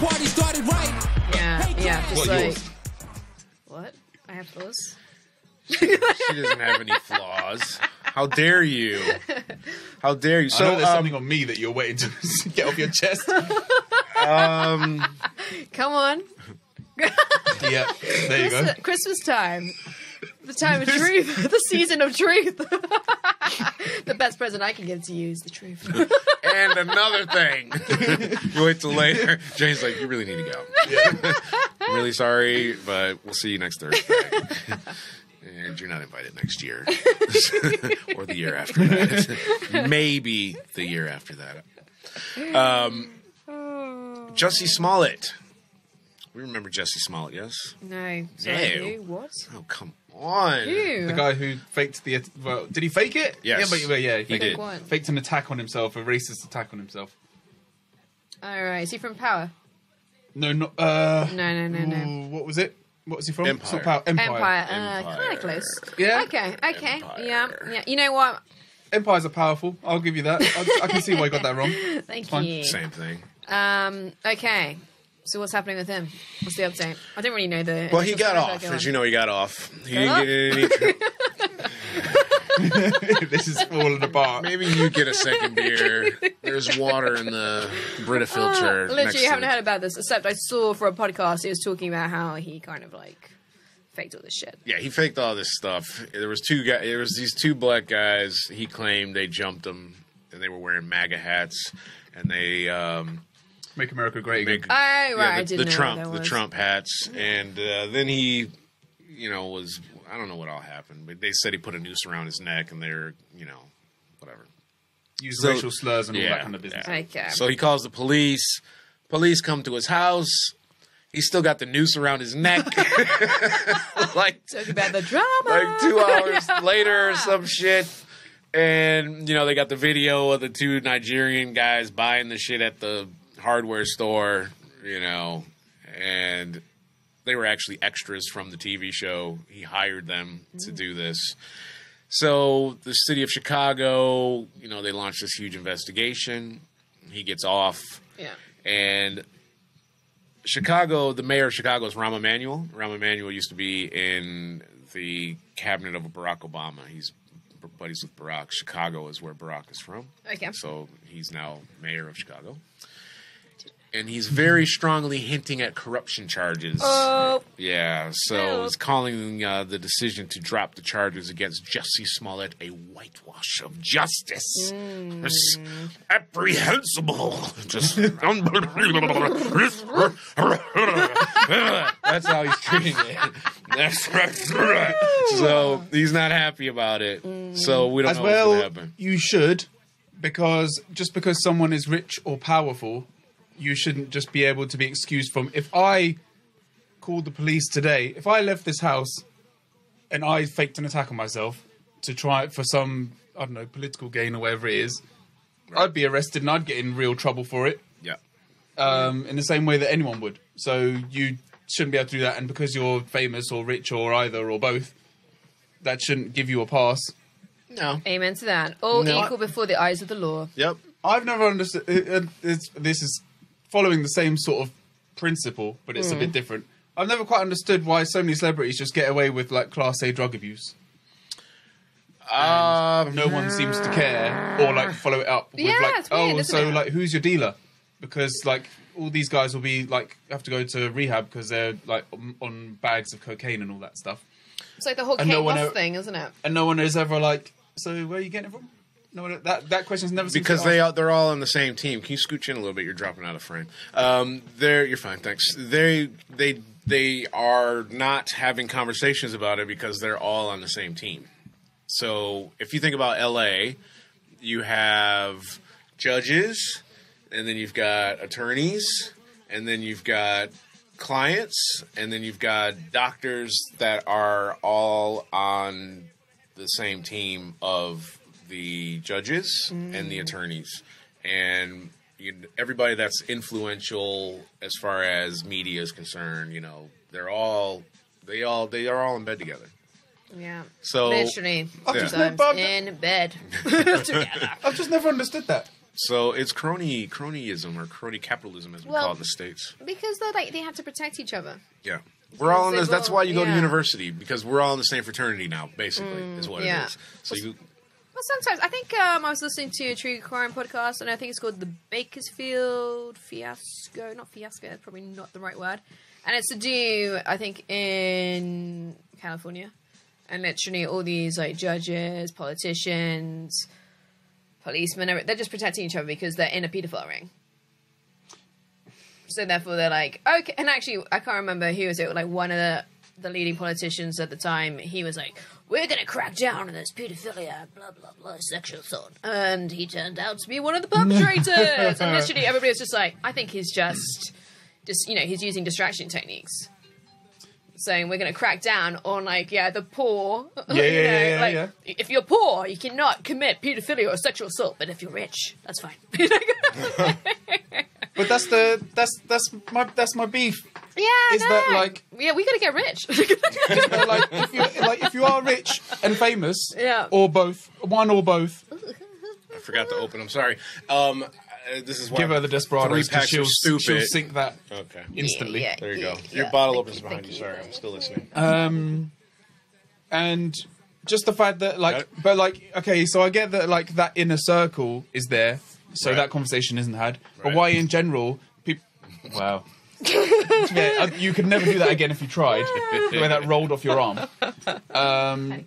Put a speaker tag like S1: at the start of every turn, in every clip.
S1: party started right.
S2: Yeah, yeah. Just
S3: What,
S2: like
S3: yours?
S2: what? I have those.
S3: She doesn't have any flaws. How dare you? How dare you?
S4: So
S3: So
S4: there's
S3: um,
S4: something on me that you're waiting to get off your chest.
S2: Come on,
S4: yeah, there you go.
S2: Christ- Christmas time. The time of truth, the season of truth. the best present I can give to you is the truth.
S3: and another thing. you wait till later. Jane's like, you really need to go. I'm really sorry, but we'll see you next Thursday. and you're not invited next year, or the year after that, maybe the year after that. Um, Jussie Smollett. We remember Jesse Smollett, yes?
S2: no,
S3: No.
S2: sorry, you. What?
S3: Oh, come on.
S2: You.
S4: The guy who faked the well, did he fake it?
S3: Yes.
S4: Yeah, but, but yeah, he,
S3: He
S4: faked-
S3: did.
S2: What?
S4: Faked an attack on himself, a racist attack on himself.
S2: All right. Is he from Power?
S4: No, not uh.
S2: No, no, no, no.
S4: ooh, What was it? What was he from?
S3: Empire.
S4: It's not Power- Empire.
S2: Empire. Uh,
S3: Mm, Empire.
S2: kind of close.
S4: Yeah.
S2: Okay. Okay.
S3: Empire.
S2: Yeah. Yeah. You know what?
S4: Empires are powerful. I'll give you that. I, I can see why you got that wrong.
S2: Thank
S4: fine.
S2: you.
S3: Same thing.
S2: Um. Okay. So what's happening with him? What's the update? I don't really know the.
S3: Well, he got off. As you know, he got off. He didn't
S2: Got
S3: get any
S4: this is falling apart.
S3: Maybe you get a second beer. There's water in the Brita filter. next
S2: Oh, Literally,
S3: to
S2: you haven't
S3: the-
S2: heard about this, except I saw for a podcast, he was talking about how he kind of like faked all this shit. Oh,
S3: Yeah, he faked all this stuff. There was two guys. There was these two black guys. He claimed they jumped him, and they were wearing MAGA hats, and they um,
S4: Make America great again.
S3: make
S2: Oh, right,
S3: yeah,
S2: I
S3: the,
S2: didn't
S3: the
S2: know
S3: Trump
S2: what that
S3: the
S2: was.
S3: Trump hats, and uh, then he, you know, was I don't know what all happened, but they said he put a noose around his neck, and they're you know, whatever.
S4: Use
S3: So-
S4: racial slurs and all
S3: yeah,
S4: that kind of business.
S3: yeah.
S2: Okay.
S3: So he calls the police. Police come to his house. He's still got the noose around his neck. like
S2: Talk about the drama.
S3: like two hours later or some shit. And you know they got the video of the two Nigerian guys buying the shit at the hardware store. You know, and they were actually extras from the TV show. He hired them to do this. So the city of Chicago, you know, they launched this huge investigation. He gets off
S2: Yeah.
S3: and Chicago, the mayor of Chicago is Rahm Emanuel. Rahm Emanuel used to be in the cabinet of Barack Obama. He's b- buddies with Barack. Chicago is where Barack is from.
S2: Okay.
S3: So he's now mayor of Chicago. And he's very strongly hinting at corruption charges.
S2: Oh,
S3: yeah, so
S2: Help.
S3: he's calling uh, the decision to drop the charges against Jesse Smollett a whitewash of justice. It's apprehensible. Just unbelievable. That's how he's treating it. That's right. so he's not happy about it. So we don't
S4: As
S3: know what's going to
S4: well,
S3: happen.
S4: you should, because just because someone is rich or powerful, you shouldn't just be able to be excused from. If I called the police today, if I left this house and I faked an attack on myself to try it for some, I don't know, political gain or whatever it is, I'd be arrested and I'd get in real trouble for it
S3: Yeah.
S4: um, in the same way that anyone would. So you shouldn't be able to do that. And because you're famous or rich or either or both, that shouldn't give you a pass.
S3: No.
S2: amen to that. All
S3: No.
S2: equal before the eyes of the law.
S3: Yep.
S4: I've never understood. uh, uh, This, this is following the same sort of principle, but it's a
S2: Hmm.
S4: bit different. I've never quite understood why so many celebrities just get away with like class A drug abuse.
S3: Um,
S4: No one seems to care or like follow it up with
S2: Yeah,
S4: like,
S2: it's weird,
S4: oh,
S2: isn't
S4: so
S2: it?
S4: like, who's your dealer? Because like all these guys will be like have to go to rehab because they're like on, on bags of cocaine and all that stuff.
S2: It's like the whole Kate
S4: And no one
S2: Moss
S4: ever-
S2: thing, isn't it?
S4: and no one is ever like, so where are you getting it from? No one, that that question's never seems
S3: because
S4: to be
S3: they
S4: asked.
S3: are, they're all on the same team. Can you scooch in a little bit? You're dropping out of frame. Um, they're you're fine, thanks. They they they are not having conversations about it because they're all on the same team. So if you think about L.A., you have judges, and then you've got attorneys, and then you've got clients, and then you've got doctors that are all on the same team of the judges and the
S2: Mm.
S3: attorneys and you, everybody that's influential as far as media is concerned you know they're all they all they are all in bed together
S2: Yeah.
S3: so
S2: Literally.
S3: just
S2: Sometimes
S4: been bugged-
S2: in bed. Together.
S4: I've just never understood that.
S3: So it's crony cronyism or crony capitalism, as we
S2: Well-
S3: call it in the states.
S2: Because they're like they have to protect each other.
S3: Yeah. We're all in
S2: they
S3: this. That's
S2: will-
S3: why you go to
S2: yeah. Mm,
S3: university because we're all in the same fraternity now. Basically, is what
S2: yeah.
S3: it is. So you,
S2: Well, sometimes I think um, I was listening to a True Crime podcast, and I think it's called the Bakersfield Fiasco. Not fiasco, that's probably not the right word. And it's to do, I think, in California, and literally all these like judges, politicians, policemen, every- they're just protecting each other because they're in a pedophile ring. So therefore, they're like, okay. And actually, I can't remember who was it. Like one of the the leading politicians at the time, he was like, "We're going to crack down on this pedophilia, blah blah blah, sexual assault." And he turned out to be one of the perpetrators. and literally, everybody was just like, "I think he's just, just you know, he's using distraction techniques." Saying we're going to crack down on like yeah the poor.
S4: yeah,
S2: you know,
S4: yeah, yeah,
S2: like,
S4: yeah.
S2: If you're poor, you cannot commit pedophilia or sexual assault. But if you're rich, that's fine.
S4: But that's the that's that's my that's my beef.
S2: Yeah,
S4: Is
S2: no.
S4: that, like-
S2: yeah? We gotta get rich.
S4: But, like if you like if you are rich and famous,
S2: Yeah.
S4: or both, one or both,
S3: I forgot to open. I'm sorry. Um, uh, this is why
S4: give her the desperados.
S3: three
S4: 'cause
S3: packs
S4: She'll,
S3: of stupid.
S4: she'll sink that
S3: Okay.
S4: instantly.
S2: Yeah,
S3: There you go.
S2: yeah,
S3: Your
S2: yeah.
S3: bottle
S2: Thank
S3: opens
S2: you,
S3: behind
S2: thank
S3: you. Sorry, I'm still listening.
S4: Um, and just the fact that like,
S3: Right.
S4: but like, okay, so I get that like that inner circle is there, so
S3: Right.
S4: that conversation isn't had. But
S3: Right.
S4: why in general, people? Wow. yeah, uh, you could never do that again if you tried. the way that rolled off your arm.
S2: Mm.
S4: Um,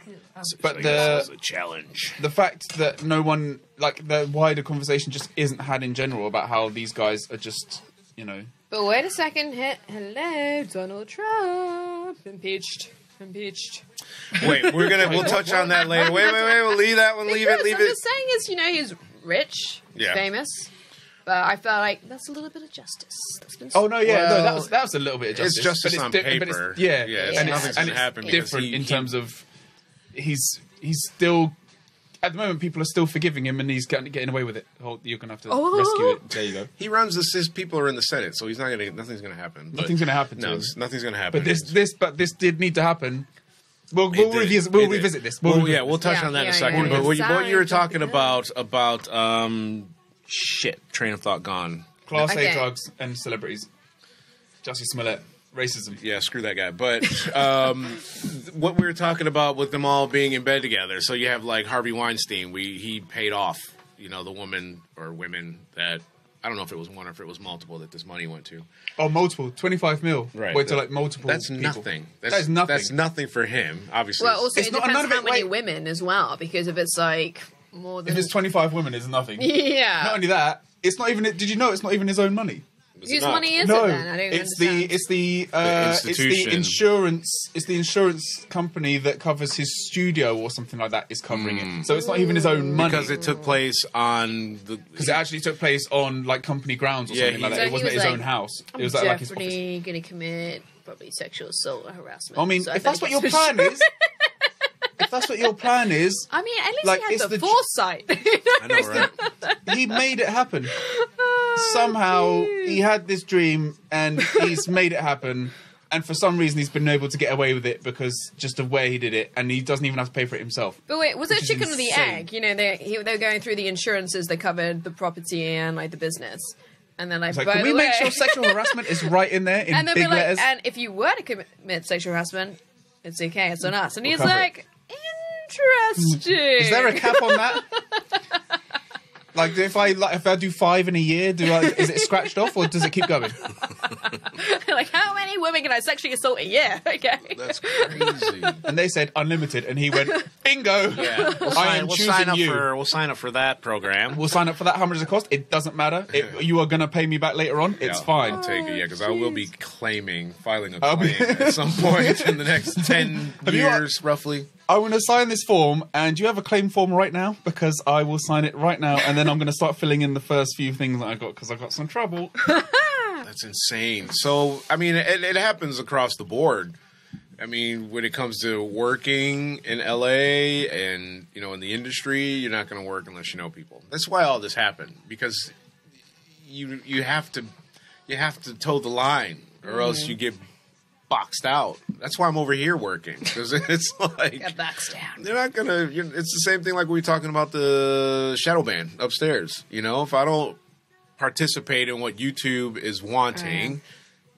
S4: but the
S3: a challenge.
S4: the fact that no one like the wider conversation just isn't had in general about how these guys are just you know
S2: But wait a second. he- Hello, Donald Trump. Impeached. Impeached.
S3: Wait, we're gonna we'll touch on that later. Wait, wait, wait. We'll leave that one. Leave it.
S2: Because
S3: Leave
S2: I'm
S3: it.
S2: just saying is, you know, he's rich, he's
S3: Yeah.
S2: famous. But I felt like that's a little bit of justice. That's been
S4: Oh no, yeah, no, that
S3: Well,
S4: was that was a little bit of justice.
S3: It's justice
S4: but
S3: on
S4: di- but
S3: paper.
S4: yeah,
S3: Yeah, it's
S4: and it's,
S3: nothing's
S4: and
S3: gonna
S4: it's
S3: happen because
S4: different
S3: he-
S4: in
S3: he-
S4: terms of he's he's still at the moment people are still forgiving him and he's getting, getting away with it. Oh, you're gonna have to
S2: Oh.
S4: rescue it. There you go.
S3: He runs this. His people are in the Senate, so he's not gonna. Nothing's gonna happen. But-
S4: Nothing's gonna happen to
S3: No,
S4: him.
S3: it's- nothing's gonna happen.
S4: But this this but this did need to happen. We'll we'll,
S3: It did.
S4: revisit, we'll
S3: It did.
S4: revisit this. We'll
S3: Well,
S4: revisit
S3: yeah, we'll touch
S2: Yeah,
S3: on that in
S2: yeah,
S3: a second.
S2: yeah,
S3: but
S2: yeah.
S3: what you, what you were talking
S2: Sorry,
S3: about about um shit train of thought gone.
S4: this. class
S2: Okay.
S4: A drugs and celebrities. Jussie Smollett, racism.
S3: Yeah, screw that guy. But um, th- what we were talking about with them all being in bed together. So you have like Harvey Weinstein. We he paid off, you know, the woman or women that I don't know if it was one or if it was multiple that this money went to.
S4: Oh, multiple twenty five mil.
S3: Right.
S4: Wait till like multiple.
S3: That's
S4: people.
S3: nothing. That's,
S4: That is nothing.
S3: That's nothing for him. Obviously,
S2: Well, also
S4: It's
S2: it
S4: not-
S2: depends
S4: none of
S2: how
S4: it-
S2: many
S4: wait.
S2: women as well. Because if it's like more than
S4: If it's twenty five women, it's nothing.
S2: yeah,
S4: Not only that, it's not even. Did you know it's not even his own money?
S3: It's
S2: whose
S3: not.
S2: money is
S4: no,
S2: it then? I don't
S4: it's
S2: understand.
S4: the it's the, uh, it's the
S3: institution.
S4: insurance it's the insurance company that covers his studio or something like that is covering
S3: Hmm.
S4: it. So it's not even his own money
S3: because it took place on the
S4: because it actually took place on like company grounds or
S3: Yeah,
S4: something like that.
S3: he- So
S4: it
S3: he
S4: wasn't
S2: was
S4: his
S2: like,
S4: own house. It was like, like his office.
S2: definitely gonna commit probably sexual assault or harassment.
S4: I mean,
S2: so better
S4: if that's what
S2: get
S4: your
S2: some
S4: plan is, if that's what your plan is,
S2: I mean, at least
S4: Like,
S2: he
S4: it's
S2: had the,
S4: the-
S2: foresight.
S3: I know, right?
S4: he made it happen. Somehow he had this dream and he's made it happen. And for some reason, he's been able to get away with it because just of where he did it, and he doesn't even have to pay for it himself.
S2: but wait, was it
S4: Which is
S2: chicken or the
S4: insane.
S2: egg? You know, they he, they were going through the insurances that covered the property and like the business, and then like,
S4: It's like,
S2: by
S4: can
S2: the
S4: we
S2: way,
S4: make sure sexual harassment is right in there in
S2: and then
S4: big
S2: be like,
S4: letters?
S2: and if you were to commit sexual harassment, it's okay, it's on us. And he's
S4: cover it.
S2: like, interesting.
S4: Is there a cap on that? like, if I like, if I do five in a year, do I, is it scratched off or does it keep going?
S2: like how many women can I sexually assault a year? Okay,
S3: That's crazy.
S4: And they said unlimited, and he went bingo.
S3: Yeah, we'll
S4: I am
S3: sign, we'll
S4: choosing
S3: sign up
S4: you.
S3: for we'll sign up for that program.
S4: We'll sign up for that. How much does it cost? It doesn't matter. It, you are going to pay me back later on. It's
S3: Yeah,
S4: fine.
S3: I'll take it, yeah, because I will be claiming, filing a
S4: I'll
S3: claim
S4: be-
S3: at some point in the next ten
S4: you got-
S3: years, roughly.
S4: I want to sign this form, and do you have a claim form right now? Because I will sign it right now, and then I'm going to start filling in the first few things that I got because I got some trouble.
S3: That's insane. So, I mean, it, it happens across the board. I mean, when it comes to working in LA and you know in the industry, you're not going to work unless you know people. That's why all this happened because you you have to you have to toe the line, or else you get boxed out. That's why I'm over here working because it's like
S2: Get boxed down.
S3: they're not gonna. you it's the same thing like we were talking about the shadow ban upstairs. You know, if I don't participate in what YouTube is wanting,
S2: Uh-huh.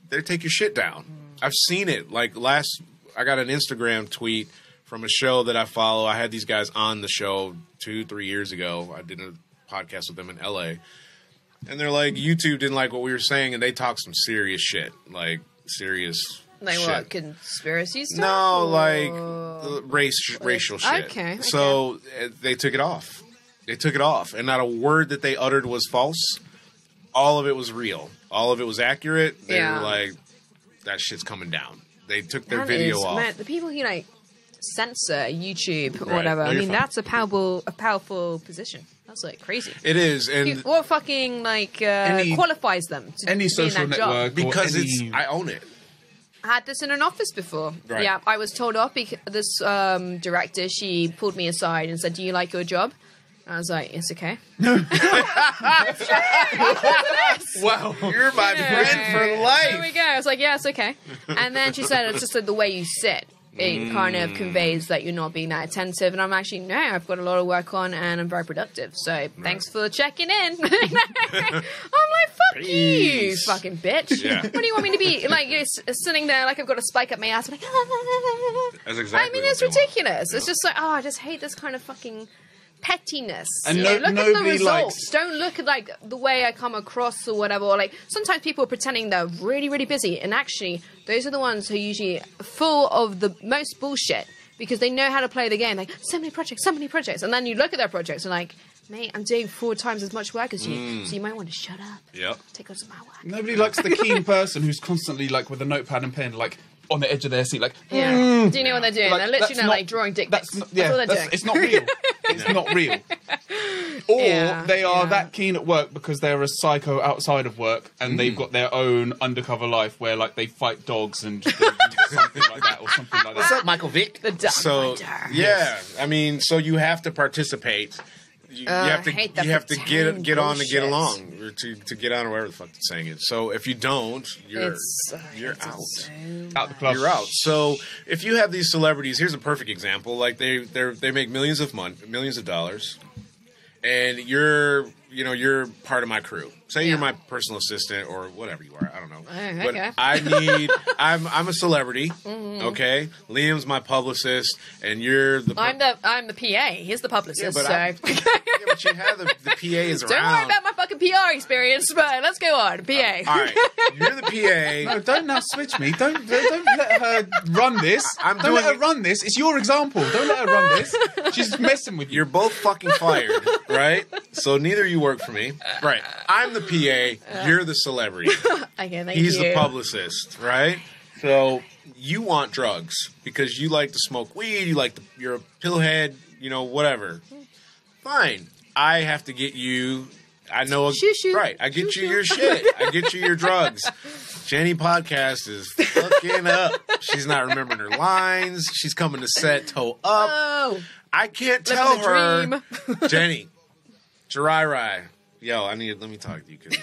S3: they take your shit down.
S2: Mm.
S3: I've seen it. Like last, I got an Instagram tweet from a show that I follow. I had these guys on the show two, three years ago. I did a podcast with them in LA, and they're like, YouTube didn't like what we were saying, and they talked some serious shit, like serious.
S2: Like
S3: shit.
S2: what? Conspiracy stuff?
S3: No, like
S2: Or-
S3: uh, race, racial shit.
S2: Oh. okay,
S3: So uh, they took it off. They took it off, and not a word that they uttered was false. All of it was real. All of it was accurate. They
S2: Yeah.
S3: were like, "That shit's coming down." They took their
S2: That
S3: video
S2: is-
S3: off.
S2: man, the people who like censor YouTube or
S3: Right.
S2: whatever.
S3: No,
S2: I
S3: you're
S2: mean,
S3: fine.
S2: that's a powerful, a powerful position. That's like crazy.
S3: It is, and
S2: what fucking like uh,
S4: Any-
S2: qualifies them to be
S4: Any
S2: in
S4: social
S2: that job?
S4: network
S3: because
S4: or any,
S3: it's, I own it.
S2: I had this in an office before.
S3: Right.
S2: Yeah, I was told off because this um, director she pulled me aside and said, "Do you like your job?" And I was like, "It's okay."
S4: wow.
S3: You're my friend for
S2: There we
S3: life.
S2: go. I was like, "Yeah, it's okay." And then she said, "It's just that the way you sit."
S3: Mm.
S2: It kind of conveys that you're not being that attentive, and I'm actually no. I've got a lot of work on, and I'm very productive. So thanks for checking in. I'm like, fuck you,
S3: Peace.
S2: fucking bitch.
S3: Yeah.
S2: What do you want me to be like? You're s- sitting there like I've got a spike up my ass. I'm like,
S3: That's exactly
S2: I mean,
S3: what
S2: it's
S3: they want.
S2: ridiculous. It's just like, oh, I just hate this kind of fucking pettiness.
S4: And
S2: You
S4: no-
S2: know, look at the
S4: nobody
S2: results. Don't look at like the way I come across or whatever. Or, like sometimes people are pretending they're really, really busy, and actually, those are the ones who are usually full of the most bullshit because they know how to play the game. Like so many projects, so many projects, and then you look at their projects and like. Mate, I'm doing four times as much work as you, so you might want to shut up.
S3: Yep.
S2: Take on some of my work.
S4: Nobody likes the keen person who's constantly like with a notepad and pen, like on the edge of their seat, like.
S2: Yeah. Do you know what they're doing?
S4: Like,
S2: they're literally
S4: that's
S2: now
S4: not-
S2: like drawing dick pics.
S4: That's
S2: That's,
S4: not, yeah,
S2: all they're
S4: that's-
S2: doing.
S4: it's not real. It's not real. Or
S2: Yeah,
S4: they are
S2: yeah.
S4: that keen at work because they're a psycho outside of work and
S3: Mm.
S4: they've got their own undercover life where like they fight dogs and something like that or something like that.
S3: Michael Vick?
S2: The duck
S3: So yeah,
S2: hunter.
S3: I mean, so you have to participate. You, you
S2: Ugh,
S3: have to
S2: Uh, I hate that
S3: you have to get
S2: pretend
S3: get on to
S2: bullshit.
S3: get along or to, to get on or whatever the fuck the saying is. So if you don't, you're
S2: It's- I hate
S3: you're
S2: it
S3: out.
S2: so
S4: Out the club.
S3: You're out. So if you have these celebrities, here's a perfect example. Like they they they make millions of mon- millions of dollars, and you're you know you're part of my crew. Say you're
S2: Yeah.
S3: my personal assistant or whatever you are. I don't know.
S2: Oh, okay. Mm-hmm.
S3: But I need. I'm I'm a celebrity. Okay. Liam's my publicist, and you're the.
S2: I'm the I'm the PA. He's the publicist.
S3: but I-
S2: so
S3: Yeah, but you have the, the PA is
S2: don't
S3: around.
S2: worry about my fucking PR experience. But let's go on, PA.
S3: All right. You're the PA.
S4: No, don't now switch me. Don't don't let her run this.
S3: I'm
S4: don't let her
S3: doing it-
S4: run this. It's your example. Don't let her run this. She's messing with you.
S3: You're both fucking fired, right? So neither of you work for me.
S2: Uh,
S3: Right. I'm the PA. You're the celebrity.
S2: Okay, thank
S3: He's
S2: you.
S3: the publicist, right? So you want drugs because you like to smoke weed, you like to, you're a pillhead, you know, whatever. Fine. I have to get you I know
S2: Shoo shoo.
S3: right. I get
S2: Shoo shoo.
S3: you your shit. I get you your drugs. Jenny podcast is fucking up. She's not remembering her lines. She's coming to set toe up.
S2: Oh,
S3: I can't
S2: Living
S3: tell
S2: the
S3: her, Jenny, Jirai Rai. Yo, I need. Let me talk to you because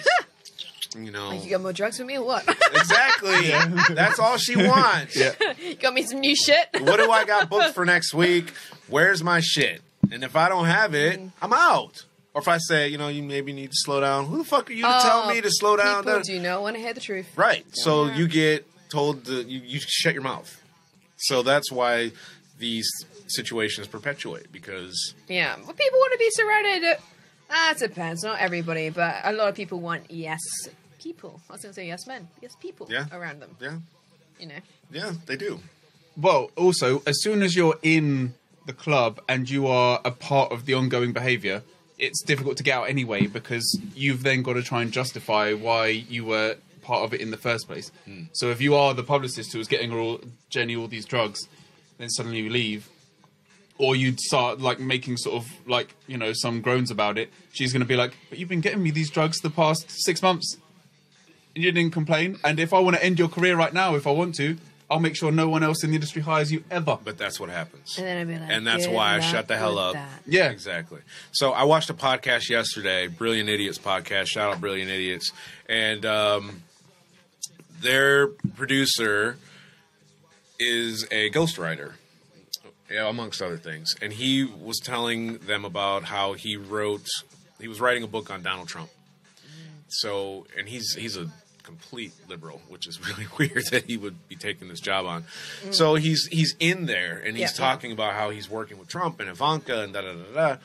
S3: you know
S2: you got more drugs for me or what?
S3: exactly. That's all she wants.
S4: Yeah.
S2: you got me some new shit.
S3: What do I got booked for next week? Where's my shit? And if I don't have it,
S2: Mm-hmm.
S3: I'm out. Or if I say, you know, you maybe need to slow down. Who the fuck are you to tell me to slow down?
S2: Oh, People do not want to hear the truth.
S3: Right. So you get told to you, you shut your mouth. So that's why these situations perpetuate because
S2: Yeah, but people want to be surrounded. That depends. Not everybody, but a lot of people want yes people. I was going to say yes men, yes people
S3: Yeah.
S2: around them.
S3: yeah,
S2: You know.
S3: yeah, they do.
S4: Well, also, as soon as you're in the club and you are a part of the ongoing behaviour, it's difficult to get out anyway because you've then got to try and justify why you were part of it in the first place. So if you are the publicist who was getting her all Jenny all these drugs, then suddenly you leave, or you'd start like making sort of like you know some groans about it. She's going to be like, "But you've been getting me these drugs the past six months." and you didn't complain. And if I want to end your career right now, if I want to, I'll make sure no one else in the industry hires you ever.
S3: But that's what happens.
S2: And then I'd be like,
S3: And that's
S2: "Good
S3: why I
S2: luck
S3: shut the hell
S2: with
S3: up.
S2: that."
S4: Yeah.
S3: exactly. So I watched a podcast yesterday, Brilliant Idiots podcast. Shout out Brilliant Idiots, and um, their producer is a ghostwriter, yeah, amongst other things. And he was telling them about how he wrote, he was writing a book on Donald Trump. So, and he's he's a complete liberal, which is really weird that he would be taking this job on. So he's he's in there and he's
S2: Yeah.
S3: talking about how he's working with Trump and Ivanka and da da da da.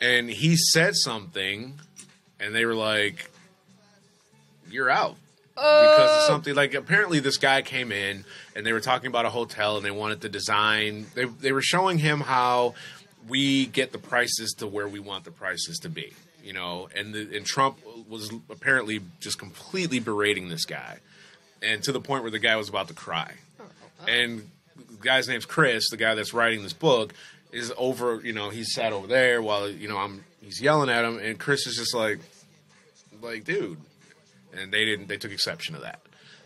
S3: And he said something, and they were like, "You're out." because of something like apparently this guy came in and they were talking about a hotel and they wanted to design they they were showing him how we get the prices to where we want the prices to be you know and the, and Trump was apparently just completely berating this guy and to the point where the guy was about to cry
S2: Oh,
S3: and the guy's name's Chris the guy that's writing this book is over you know he's sat over there while you know I'm he's yelling at him and Chris is just like like dude and they didn't they took exception to that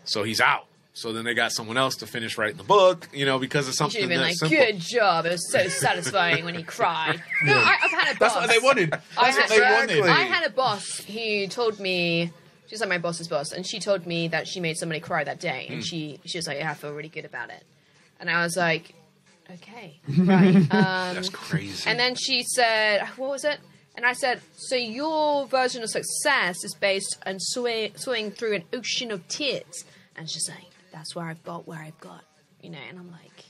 S3: so he's out so then they got someone else to finish writing the book you know because it's
S2: Should
S3: something
S2: have been like,
S3: that's simple
S2: good job. It was so satisfying when he cried. No, I, I've had a boss.
S4: That's what they wanted. That's
S2: I
S4: what
S2: had,
S4: they
S3: Exactly.
S4: wanted.
S2: I had a boss who told me she's like my boss's boss, and she told me that she made somebody cry that day,
S4: Hmm.
S2: and she she was like, "Yeah, I feel really good about it," and I was like, "Okay, right." um,
S3: that's crazy
S2: and then she said, "What was it?" And I said, "So your version of success is based on swi- swimming through an ocean of tears," and she's like, "That's where I've got where I've got," you know, and I'm like,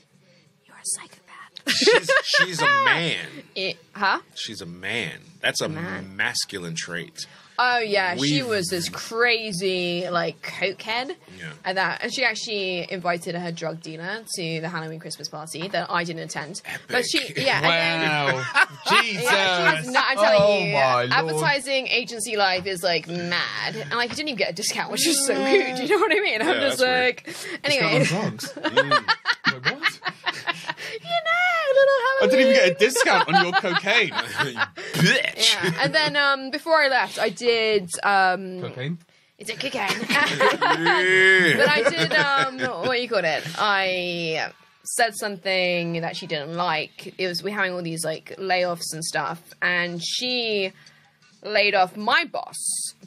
S2: "You're a psychopath."
S3: she's, she's a man
S2: It- huh?
S3: she's a man that's a
S2: Man.
S3: masculine trait
S2: Oh yeah, she
S3: We've-
S2: was this crazy like cokehead.
S3: Yeah.
S2: And that, and she actually invited her drug dealer to the Halloween Christmas party that I didn't attend. But she,
S3: Epic.
S2: yeah, and then.
S4: Wow. Jesus.
S2: Yeah, she was not, I'm telling
S4: oh
S2: you,
S4: my lord.
S2: advertising agency life is like mad, and like you didn't even get a discount, which is so rude. You know what I mean? I'm
S3: Yeah,
S2: just like,
S3: that's
S2: anyway,
S4: Discount on drugs.
S3: Mm.
S4: Wait, what?
S2: you know, little Halloween.
S4: I didn't even get a discount on your cocaine.
S3: bitch
S2: Yeah, and then um, before I left, I did um,
S4: cocaine?
S2: it's a cocaine.
S3: Yeah.
S2: but I did um what you called it. I said something that she didn't like. It was we're having all these like layoffs and stuff, and she laid off my boss,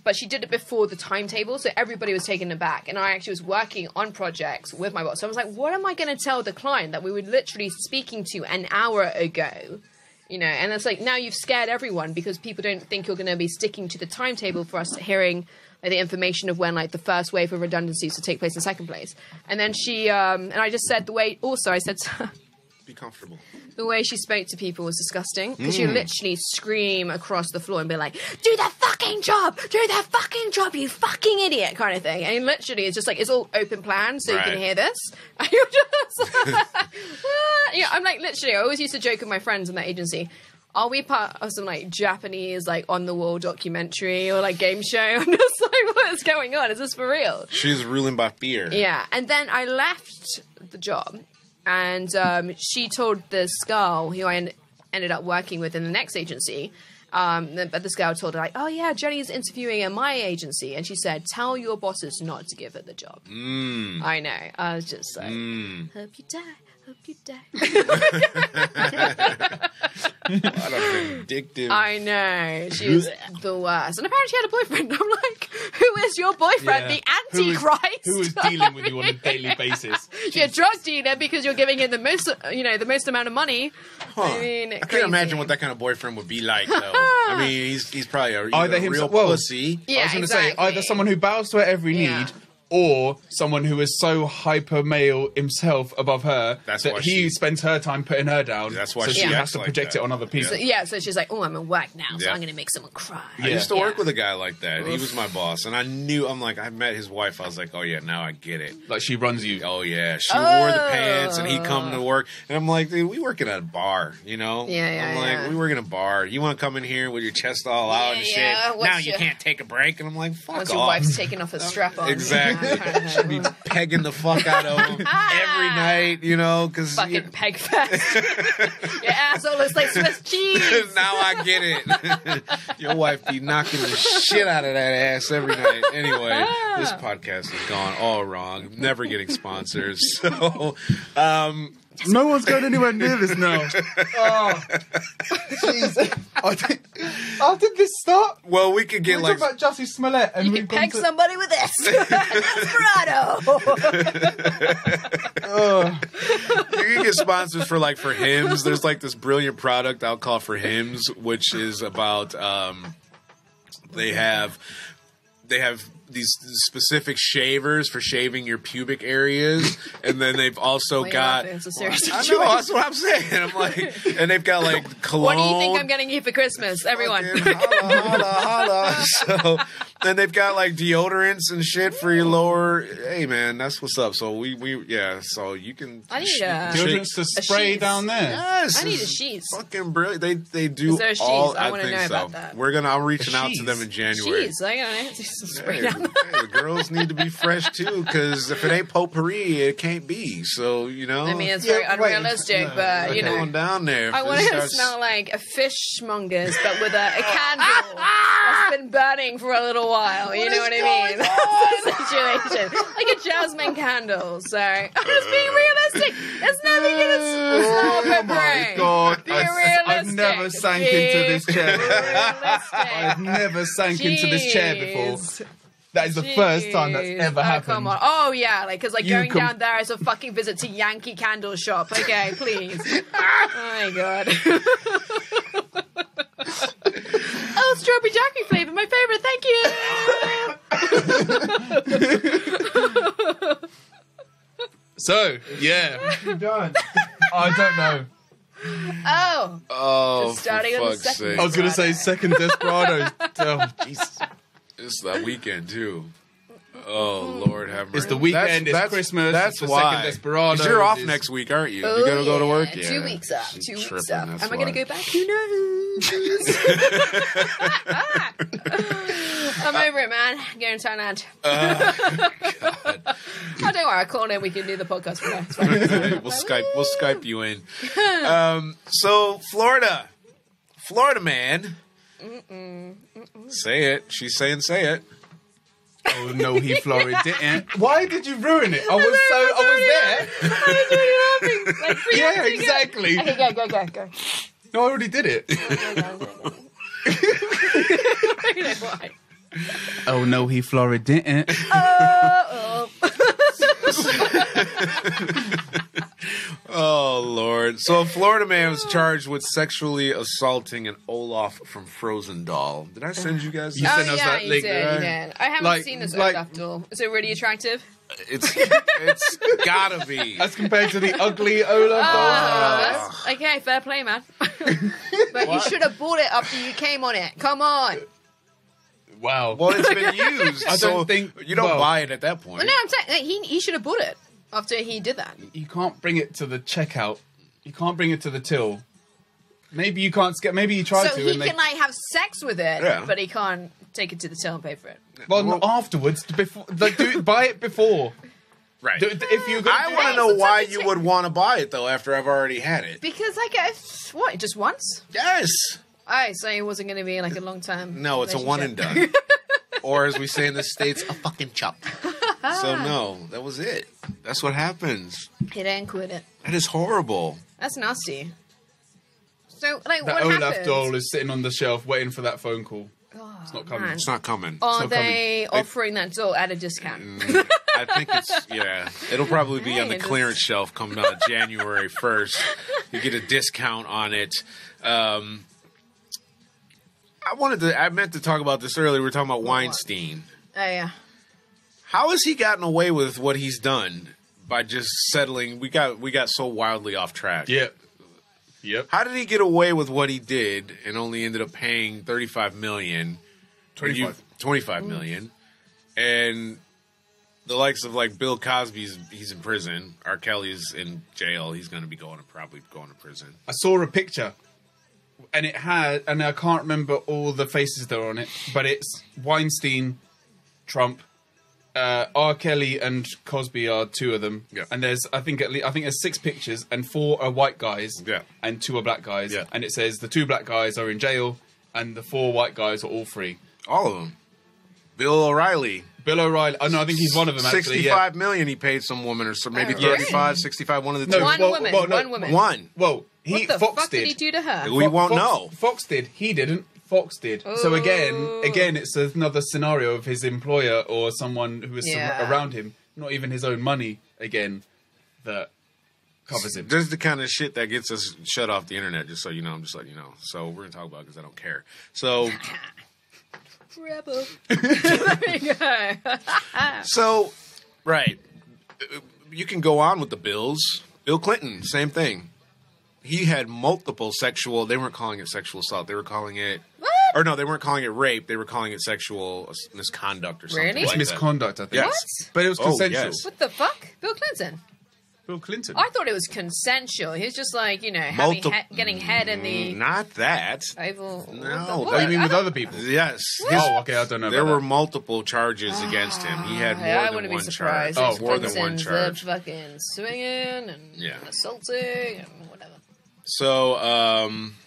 S2: but she did it before the timetable, so everybody was taken aback. And I actually was working on projects with my boss. So I was like, what am I gonna tell the client that we were literally speaking to an hour ago? You know, and it's like now you've scared everyone because people don't think you're going to be sticking to the timetable for us hearing like, the information of when like the first wave of redundancies to take place in second place. And then she um, and I just said the way. Also, I said.
S3: be comfortable
S2: the way she spoke to people was disgusting because she would literally scream across the floor and be like, "Do that fucking job! Do that fucking job! You fucking idiot!" kind of thing. And literally, it's just like it's all open plan, so you
S3: Right.
S2: can hear this. And you're just Ah, yeah, I'm like literally. I always used to joke with my friends in that agency. Are we part of some like Japanese like on the wall documentary or like game show? I'm just like, what is going on? Is this for real?
S3: she's ruling by fear
S2: Yeah, and then I left the job, and um, she told this girl who I en- ended up working with in the next agency. Um, th- but this girl told her like, "Oh yeah, Jenny's interviewing at my agency," and she said, "Tell your bosses not to give her the job."
S4: Mm.
S2: I know. I was just like, "Hope you die." Hope you die.
S3: what a vindictive
S2: I know she was the worst, and apparently she had a boyfriend. I'm like, who is your boyfriend?
S4: Yeah.
S2: The Antichrist.
S4: Who is, who is dealing with you on a daily basis?
S2: you're a drug dealer because you're giving him the most, you know, the most amount of money. I mean,
S3: I
S2: crazy.
S3: can't imagine what that kind of boyfriend would be like, though. I mean, he's he's probably a, either
S4: Either
S3: a
S4: himse-
S3: real
S4: well-
S3: pussy.
S2: Yeah,
S4: I was going to say
S2: exactly.
S4: either someone who bows to her every
S2: Yeah.
S4: need or someone who is so hyper male himself above her
S3: That's
S4: that
S3: why
S4: he
S3: she-
S4: spends her time putting her down.
S3: That's why
S4: so
S3: she
S4: she
S3: acts
S4: has to
S3: like
S4: project
S3: that.
S4: it on other people.
S2: So, yeah, so she's like, "Oh, I'm in work now, so
S3: Yeah.
S2: I'm going to make someone cry."
S3: I used to
S2: Yeah.
S3: work with a guy like that. He
S2: Oof.
S3: was my boss, and I knew. I'm like, I met his wife. I was like, oh yeah, now I get it.
S4: Like she runs you.
S3: Oh yeah, she wore the pants, and he come to work, and I'm like, dude, we working at a bar, you know?
S2: Oh. Yeah, yeah,
S3: I'm like,
S2: yeah.
S3: we work in a bar. You want to come in here with your chest all
S2: Yeah,
S3: out and shit?
S2: yeah, what's
S3: now you
S2: your-
S3: can't take a break, and I'm like, fuck
S2: Once
S3: off.
S2: your wife's taking off her strap on,
S3: Exactly.
S2: Yeah, kind of thing.
S3: be pegging the fuck out of him every night, you know? Because
S2: fucking peg fest. your asshole looks like Swiss cheese.
S3: now I get it. Your wife be knocking the shit out of that ass every night. Anyway, this podcast has gone all wrong. Never getting sponsors. So, um,
S1: No one's going anywhere near this now.
S4: Oh, jeez. I think- How did this start?
S3: Well, we
S4: We
S3: could get
S4: talked
S3: like
S4: about Jussie Smollett and
S2: You can
S4: we've gone
S2: peg
S4: to-
S2: somebody with this. Desperado.
S4: Oh.
S3: you can get sponsors for like for hymns. There's like this brilliant product I'll call for hymns, which is about um, they have they have these specific shavers for shaving your pubic areas, and then they've also got.
S2: It's a serious
S3: I
S2: situation.
S3: know that's what I'm saying. I'm like, and they've got like
S2: What
S3: cologne.
S2: do you think I'm getting you for Christmas, everyone?
S3: Fucking holla, holla, holla. So then they've got like deodorants and shit for your lower. Hey man, that's what's up. So we we yeah. So you can.
S2: I need a-
S4: Deodorants to spray
S2: sheets.
S4: down there.
S3: Yes,
S2: I need a
S3: it's
S2: sheets.
S3: Fucking brilliant. They they do
S2: Is there a sheets?
S3: all.
S2: I
S3: I,
S2: wanna
S3: think
S2: know
S3: so.
S2: about that.
S3: We're gonna. I'm reaching
S4: A
S3: out to them
S4: sheets?
S3: in January.
S2: Jeez, I gotta do some spray
S3: Hey,
S2: down there.
S3: hey, the girls need to be fresh too, because if it ain't potpourri, it can't be. So you know,
S2: I mean, it's
S4: Yeah,
S2: very
S4: wait.
S2: unrealistic,
S4: No,
S2: but you
S3: come
S2: know.
S3: on down there. If
S2: I
S3: it
S2: want it to
S3: starts-
S2: smell like a fishmonger's, but with a, a candle that's been burning for a little while. You know what I mean? That's the situation. Like a jasmine candle. So I'm just being realistic. There's nothing in its
S4: oh
S2: slow but brain.
S1: God,
S2: Oh, Be
S1: I-
S2: realistic.
S1: I've never sank
S2: Be
S1: into this chair.
S4: I've
S2: Realistic.
S4: never sank into this chair before.
S2: Jeez.
S4: That is the first time that's
S2: Jeez.
S4: ever
S2: oh,
S4: happened.
S2: Come on. Oh, yeah. Like, because, like,
S4: You
S2: going
S4: com-
S2: down there is a fucking visit to Yankee Candle Shop. Okay, please. oh, my God. oh, strawberry jackie flavor, my favorite. Thank you.
S4: So, yeah,
S1: Done.
S4: I don't know.
S2: Oh,
S3: Oh,
S2: Just
S3: for
S2: starting on the
S3: fuck's
S2: second
S3: sake.
S4: I was going to say second Desperados. oh, Jesus.
S3: It's that weekend too. Oh Lord, have mercy!
S4: It's the weekend, it's Christmas,
S3: That's
S4: it's the
S3: why.
S4: second Desperados,
S3: 'Cause You're off
S4: it's-
S3: next week, aren't Oh, you? you're gonna go to
S2: Oh, yeah.
S3: work.
S2: Two
S3: Yeah.
S2: weeks up.
S3: She's
S2: Two weeks
S3: tripping,
S2: up. Am
S3: that's
S2: I going to
S3: why.
S2: go back? Who knows? I'm over it, man. I'm going to Thailand. oh, don't worry. I called in. We can do the podcast from there. It's fine.
S3: we'll Skype. We'll Skype you in. Um, so Florida, Florida man. Say it. She's saying, "Say it."
S4: Oh, no, he florid didn't. Why did you ruin it? I was so, I was there.
S2: I was really laughing. Like, three
S4: Yeah,
S2: hours ago.
S4: exactly.
S2: Okay, go, go, go, go.
S4: No, I already did it.
S2: Go, go, go, go. I don't know why.
S4: Oh, no, he florid didn't.
S2: Oh, oh.
S3: Oh Lord! So a Florida man was charged with sexually assaulting an Olaf from Frozen doll. Did I send you guys?
S4: You
S3: that?
S2: Oh,
S4: sent us
S2: yeah,
S4: that
S2: you
S4: link,
S2: did, you
S4: right?
S2: did. I haven't
S4: Like-
S2: seen this
S4: like-
S2: Olaf doll. Is it really attractive?
S3: Uh, It's it's gotta be.
S4: As compared to the ugly Olaf
S2: Oh,
S4: doll.
S2: that's- okay, fair play, man. but you should have bought it after you came on it. Come on.
S4: Wow.
S3: Well, it's been used. I
S4: don't
S3: so
S4: think-
S3: you don't
S4: well-
S3: buy it at that point.
S2: But no, I'm saying like, he he should have bought it after he did that.
S4: you can't bring it to the checkout. You can't bring it to the till. Maybe you can't get. Maybe you try
S2: so
S4: to.
S2: he
S4: and
S2: can
S4: they,
S2: like have sex with it,
S3: Yeah.
S2: but he can't take it to the till and pay for it.
S4: well, not afterwards, before like do buy it before.
S3: right.
S4: Do, if you
S3: I want
S2: Hey,
S3: to know why
S2: sometimes
S3: you
S2: it's-
S3: would want to buy it though after I've already had it.
S2: Because like guess what, just once?
S3: Yes.
S2: I so it wasn't going to be like a long time.
S3: No, it's a one and done. or as we say in the states, a fucking chop. so no, that was it. That's what happens.
S2: It ain't quit it.
S3: That is horrible.
S2: That's nasty. So like
S4: that
S2: what
S4: Olaf
S2: happens?
S4: doll is sitting on the shelf waiting for that phone call.
S2: Oh,
S4: It's not coming.
S2: man.
S3: It's not coming.
S2: Are
S4: not
S2: they
S4: coming.
S2: offering that doll at a discount?
S4: Mm.
S3: I think it's yeah. It'll probably be on
S2: Hey,
S3: the
S2: this-
S3: clearance shelf coming out January first. You get a discount on it. Um, I wanted to. I meant to talk about this earlier. We were talking about Weinstein.
S2: Oh yeah.
S3: How has he gotten away with what he's done by just settling? We got we got so wildly off track.
S4: Yep. Yep.
S3: How did he get away with what he did and only ended up paying thirty five million? You- 25 million. And the likes of like Bill Cosby's, he's in prison. R. Kelly's in jail. He's going to be going to probably going to prison.
S4: I saw a picture, and it had, and I can't remember all the faces that are on it, but it's Weinstein, Trump, uh, R. Kelly, and Cosby are two of them.
S3: Yeah.
S4: And there's, I think, at least, I think there's six pictures, and four are white guys.
S3: Yeah.
S4: And two are black guys.
S3: Yeah.
S4: And it says the two black guys are in jail, and the four white guys are all free.
S3: All of them. Bill O'Reilly.
S4: Bill O'Reilly. Oh, no, I think he's one of them, actually. Yeah.
S3: sixty-five million he paid some woman or so, maybe
S2: Oh,
S4: really?
S3: 35, 65, one of the
S4: No,
S3: two.
S2: One
S4: well,
S2: woman.
S4: well, no,
S2: one woman.
S3: One.
S4: Well,
S2: What
S4: he,
S2: the
S4: Fox
S2: fuck did. he do to her?
S3: We won't
S4: Fox,
S3: know.
S4: Fox did. He didn't. Fox did. So again, again, it's another scenario of his employer or someone who is sur-
S2: Yeah.
S4: around him, not even his own money. Again, that covers him.
S3: This is the kind of shit that gets us shut off the internet. Just so you know, I'm just letting you know. So we're gonna talk about because I don't care. So,
S2: Rebel. there you go.
S3: so right, Uh, you can go on with the Bills. Bill Clinton, same thing. He had multiple sexual. They weren't calling it sexual assault. They were calling it.
S2: What?
S3: Or no, they weren't calling it rape. They were calling it sexual as- misconduct or something.
S2: Really?
S3: like that.
S4: Misconduct, I think.
S3: Yes.
S2: What?
S4: But it was
S3: Oh,
S4: consensual.
S3: yes.
S2: What the fuck? Bill Clinton.
S4: Bill Clinton.
S2: I thought it was consensual. He was just like, you know, having
S3: Multi-
S2: he- getting head in
S4: Mm,
S2: the
S3: Not that.
S2: oval.
S3: No,
S2: what?
S3: that-
S4: Oh, you mean
S2: I
S4: with
S2: don't-
S4: other people?
S3: Yes. His-
S4: Oh, okay. I don't know.
S3: There
S4: about
S3: were
S4: that.
S3: multiple charges against him. He had more
S2: Oh, Yeah, Ah, I
S3: than
S2: wouldn't be
S3: one charge.
S2: surprised.
S4: Oh,
S2: if
S3: more than one
S2: Clinton's, uh,
S3: charge.
S2: fucking swinging and
S3: Yeah.
S2: assaulting and whatever.
S3: So, um,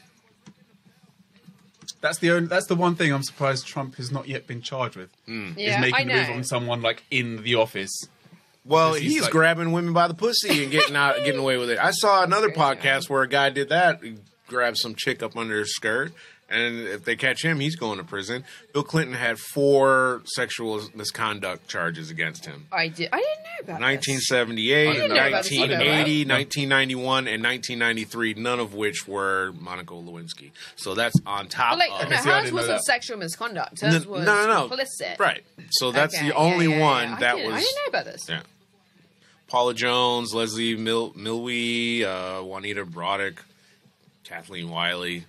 S4: That's the only, that's the one thing I'm surprised Trump has not yet been charged with.
S2: Yeah,
S4: is making
S2: I
S4: the move
S2: know.
S4: on someone like in the office.
S3: well,
S4: Because he's
S3: he's,
S4: like-
S3: grabbing women by the pussy and getting out, getting away with it. I saw another
S2: Crazy, right?
S3: podcast where a guy did that, He grabbed some chick up under his skirt, and if they catch him, he's going to prison. Bill Clinton had four sexual misconduct charges against him.
S2: I did. I didn't know about this.
S3: 1978,
S4: didn't
S2: know about this either.
S3: 1980, 1991, and 1993, none of which were Monica Lewinsky. So that's on top
S2: But like,
S3: of
S2: no,
S4: see, I
S2: hers
S4: didn't know
S2: wasn't
S4: that.
S2: sexual misconduct.
S3: No,
S2: Hers was
S3: no, no, no.
S2: complicit.
S3: Right. So that's
S2: Okay,
S3: the
S2: yeah,
S3: only
S2: yeah, yeah.
S3: one
S2: I
S3: that
S2: didn't- I
S3: was.
S2: didn't know about this.
S3: Yeah. Paula Jones, Leslie Mil- Milwee, uh, Juanita Broderick, Kathleen Wiley.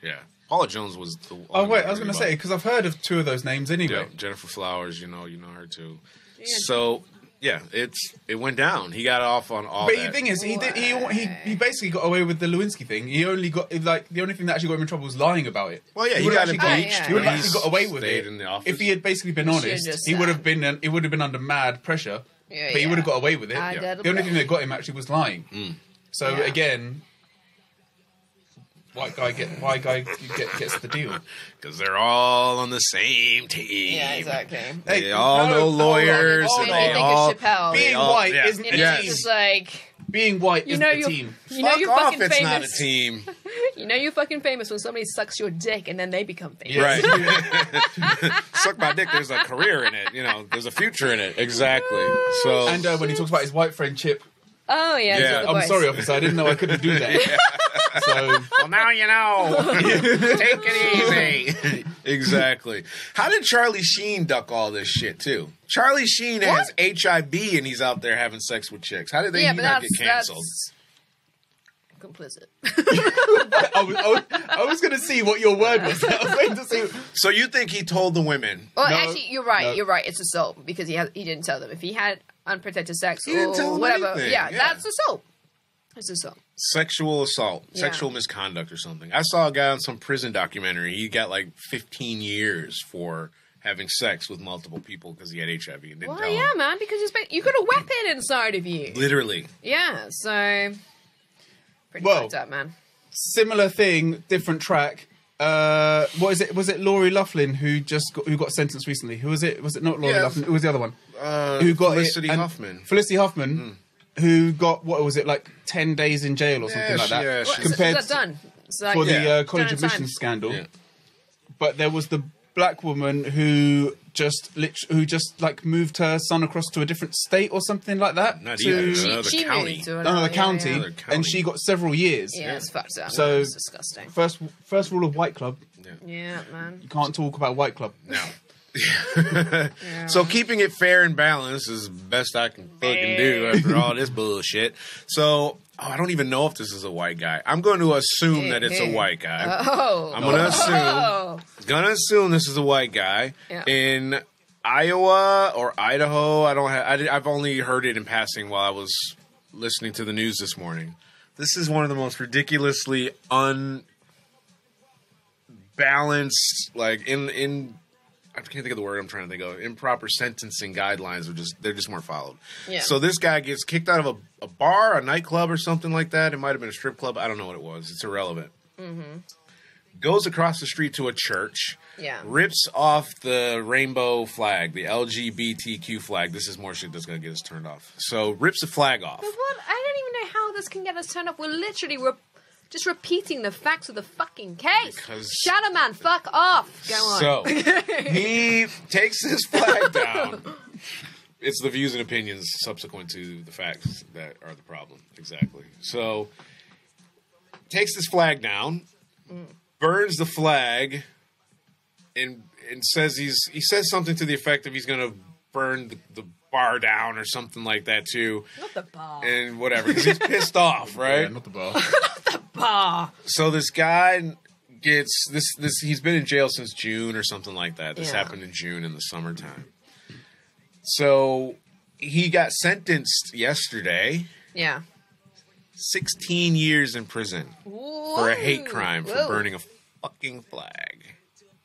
S3: Yeah. Paula Jones was the.
S4: Oh wait, I was going to say because I've heard of two of those names anyway.
S3: Yeah, Jennifer Flowers, you know, you know her too.
S2: Yeah.
S3: So, yeah, it's it went down. He got off on all
S4: But
S3: that.
S4: the thing is, he did, he he he basically got away with the Lewinsky thing. He only got like the only thing that actually got him in trouble was lying about it.
S3: well, yeah, he,
S4: would've
S3: got
S4: actually
S2: got-
S3: impeached. when
S4: He would have
S3: he
S4: actually got away with
S3: stayed
S4: it
S3: in the office.
S4: if he had basically been
S2: should've
S4: honest.
S2: just
S4: He would have
S2: said.
S4: been it would have been under mad pressure,
S2: Yeah,
S4: but he
S2: yeah.
S4: would have got away with it.
S2: I Yeah. doubt
S4: The only
S2: it.
S4: thing that got him actually was lying.
S3: Hmm.
S4: So
S2: Yeah.
S4: again, white guy get white guy get, gets the deal.
S3: Because they're all on the same team.
S2: Yeah, exactly.
S4: Hey,
S3: They all
S4: no,
S3: know
S4: hold on,
S3: lawyers.
S4: hold
S3: and
S4: on.
S3: they
S2: Think of
S3: all,
S2: Chappelle.
S3: they
S4: Being
S3: all-
S4: white
S3: yeah.
S4: isn't
S2: And
S4: Yes.
S2: it's just like
S4: Being white
S2: you
S4: isn't
S2: know
S4: the
S2: you're
S4: team.
S2: you know
S3: Fuck
S2: you're
S3: off,
S2: fucking
S3: it's
S2: famous.
S3: not a team.
S2: You know you're fucking famous when somebody sucks your dick and then they become famous.
S3: Right. Suck my dick, there's a career in it. You know, there's a future in it. Exactly. So,
S4: And uh, when he talks about his white friend Chip,
S2: Oh yeah.
S3: Yeah.
S2: yeah.
S3: The
S4: I'm sorry, officer, I didn't know I couldn't do that. So
S3: well, now you know. Take it easy. exactly. How did Charlie Sheen duck all this shit, too? Charlie Sheen has HIV and he's out there having sex with chicks. How did they
S2: Yeah,
S3: he
S2: but
S3: not
S2: that's
S3: get canceled?
S2: that's complicit.
S4: I was, I was, I was going to see what your word was. I was waiting to see.
S3: So you think he told the women?
S2: Well,
S4: No,
S2: actually, you're right.
S4: no.
S2: You're right. It's assault because he had, he didn't tell them if he had unprotected sex
S3: He
S2: or
S3: didn't tell them
S2: whatever.
S3: anything,
S2: Yeah,
S3: yeah.
S2: that's assault. It's assault.
S3: sexual assault,
S2: Yeah.
S3: sexual misconduct, or something. I saw a guy on some prison documentary. He got like 15 years for having sex with multiple people because he had HIV and didn't
S2: Well,
S3: tell
S2: yeah,
S3: him.
S2: man, because it's, ba- you got a weapon inside of you.
S3: Literally,
S2: Yeah, so pretty
S4: Well,
S2: fucked up, man.
S4: Similar thing, different track. Uh, what is it? Was it Laurie Loughlin who just got, who got sentenced recently? Who was it? Was it not Laurie
S3: Yeah.
S4: Loughlin? Who was the other one?
S3: uh,
S4: who got it-
S3: Felicity
S4: and-
S3: Huffman. Hmm.
S4: Felicity Huffman, who got what was it like ten days in jail or something
S3: Yeah,
S4: like
S3: she-
S4: that
S3: yeah,
S2: Well,
S3: she-
S2: is- is
S4: compared
S2: that done? It's like,
S4: for
S3: Yeah.
S4: the uh, college
S2: Done in time.
S4: admission scandal.
S3: Yeah.
S4: But there was the black woman who just lit- who just like moved her son across to a different state or something like that.
S3: Not
S4: to-
S3: even
S2: she,
S3: Another
S2: she
S3: county.
S2: moved to
S4: another
S2: yeah,
S4: county,
S2: Yeah,
S3: Another
S4: and
S3: county.
S4: she got several years.
S2: Yeah, it's fucked up.
S4: So-
S2: it's disgusting.
S4: First, first rule of White Club:
S2: Yeah, man.
S4: you can't talk about White Club.
S3: No. So keeping it fair and balanced is best I can fucking do after all this bullshit. So oh, I don't even know if this is a white guy. I'm going to assume that it's a white guy.
S2: Oh,
S3: I'm gonna assume.
S2: Oh.
S3: Gonna assume this is a white guy
S2: Yeah.
S3: in Iowa or Idaho. I don't have. I, did- I've only heard it in passing while I was listening to the news this morning. This is one of the most ridiculously unbalanced, like in in. I can't think of the word I'm trying to think of. Improper sentencing guidelines are just they're just weren't followed.
S2: Yeah.
S3: So this guy gets kicked out of a, a bar, a nightclub, or something like that. It might have been a strip club. I don't know what it was. It's irrelevant goes across the street to a church,
S2: Yeah.
S3: rips off the rainbow flag, the LGBTQ flag. This is more shit that's going to get us turned off. So rips the flag off.
S2: What? I don't even know how this can get us turned off. We're literally re- just repeating the facts of the fucking case.
S3: Because-
S2: Shadow Man, fuck off. Go on.
S3: So he takes his flag down. It's the views and opinions subsequent to the facts that are the problem. Exactly. So takes his flag down, burns the flag, and and says he's he says something to the effect of he's going to burn the, the bar down or something like that too,
S2: Not the bar.
S3: and whatever. 'cause he's pissed off, right?
S5: Yeah, not the bar.
S2: bar.
S3: so this guy gets this this he's been in jail since June or something like that. This
S2: Yeah.
S3: happened in June in the summertime. So he got sentenced yesterday,
S2: Yeah.
S3: 16 years in prison for a hate crime for
S2: Whoa.
S3: burning a fucking flag.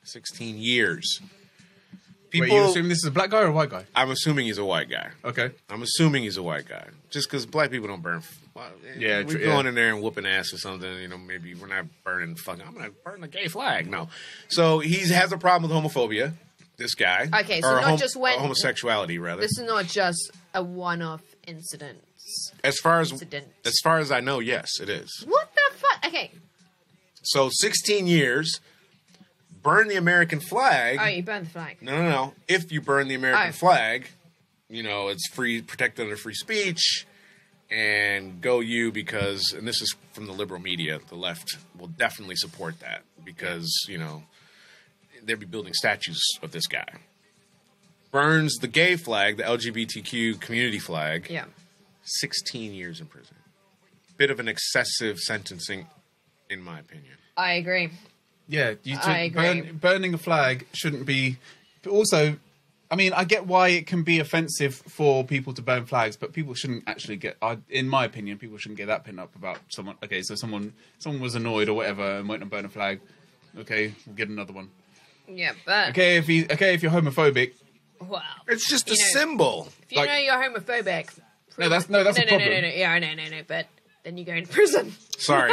S3: 16 years.
S4: Wait,
S3: People
S4: you assume this is a black guy or a white guy?
S3: I'm assuming he's a white guy.
S4: Okay.
S3: I'm assuming he's a white guy, just because black people don't burn. f- well,
S5: Yeah,
S3: we're
S5: tr- yeah.
S3: going in there and whooping ass or something. You know, maybe we're not burning fucking. I'm gonna burn the gay flag. No, so he has a problem with homophobia. This guy.
S2: Okay, so
S3: Or
S2: not just when-
S3: or homosexuality rather.
S2: This is not just a one off incident.
S3: as far as
S2: Incident.
S3: as far as I know, yes, it is.
S2: What the fuck? Okay.
S3: So 16 years. Burn the American flag.
S2: Oh, you burned the flag.
S3: No, no, no. If you burn the American
S2: Oh.
S3: flag, you know, it's free, protected under free speech, and go you because, and this is from the liberal media, the left will definitely support that because, you know, they'd be building statues of this guy. Burns the gay flag, the LGBTQ community flag,
S2: Yeah.
S3: 16 years in prison. Bit of an excessive sentencing, in my opinion.
S2: I agree.
S4: Yeah, you
S2: I
S4: took,
S2: agree.
S4: burn, burning a flag shouldn't be. But also, I mean, I get why it can be offensive for people to burn flags, but people shouldn't actually get. I, in my opinion, people shouldn't get that pin up about someone. Okay, so someone someone was annoyed or whatever and went and burned a flag. Okay, we'll get another one.
S2: Yeah, but
S4: Okay, if he okay if you're homophobic.
S2: wow.
S3: It's just a
S2: You know-
S3: symbol.
S2: If you
S4: like-
S2: know you're homophobic,
S4: No, that's no, that's
S2: no,
S4: a
S2: no,
S4: problem.
S2: no, no, no. Yeah, I know, no, no. But then you go in prison.
S3: Sorry.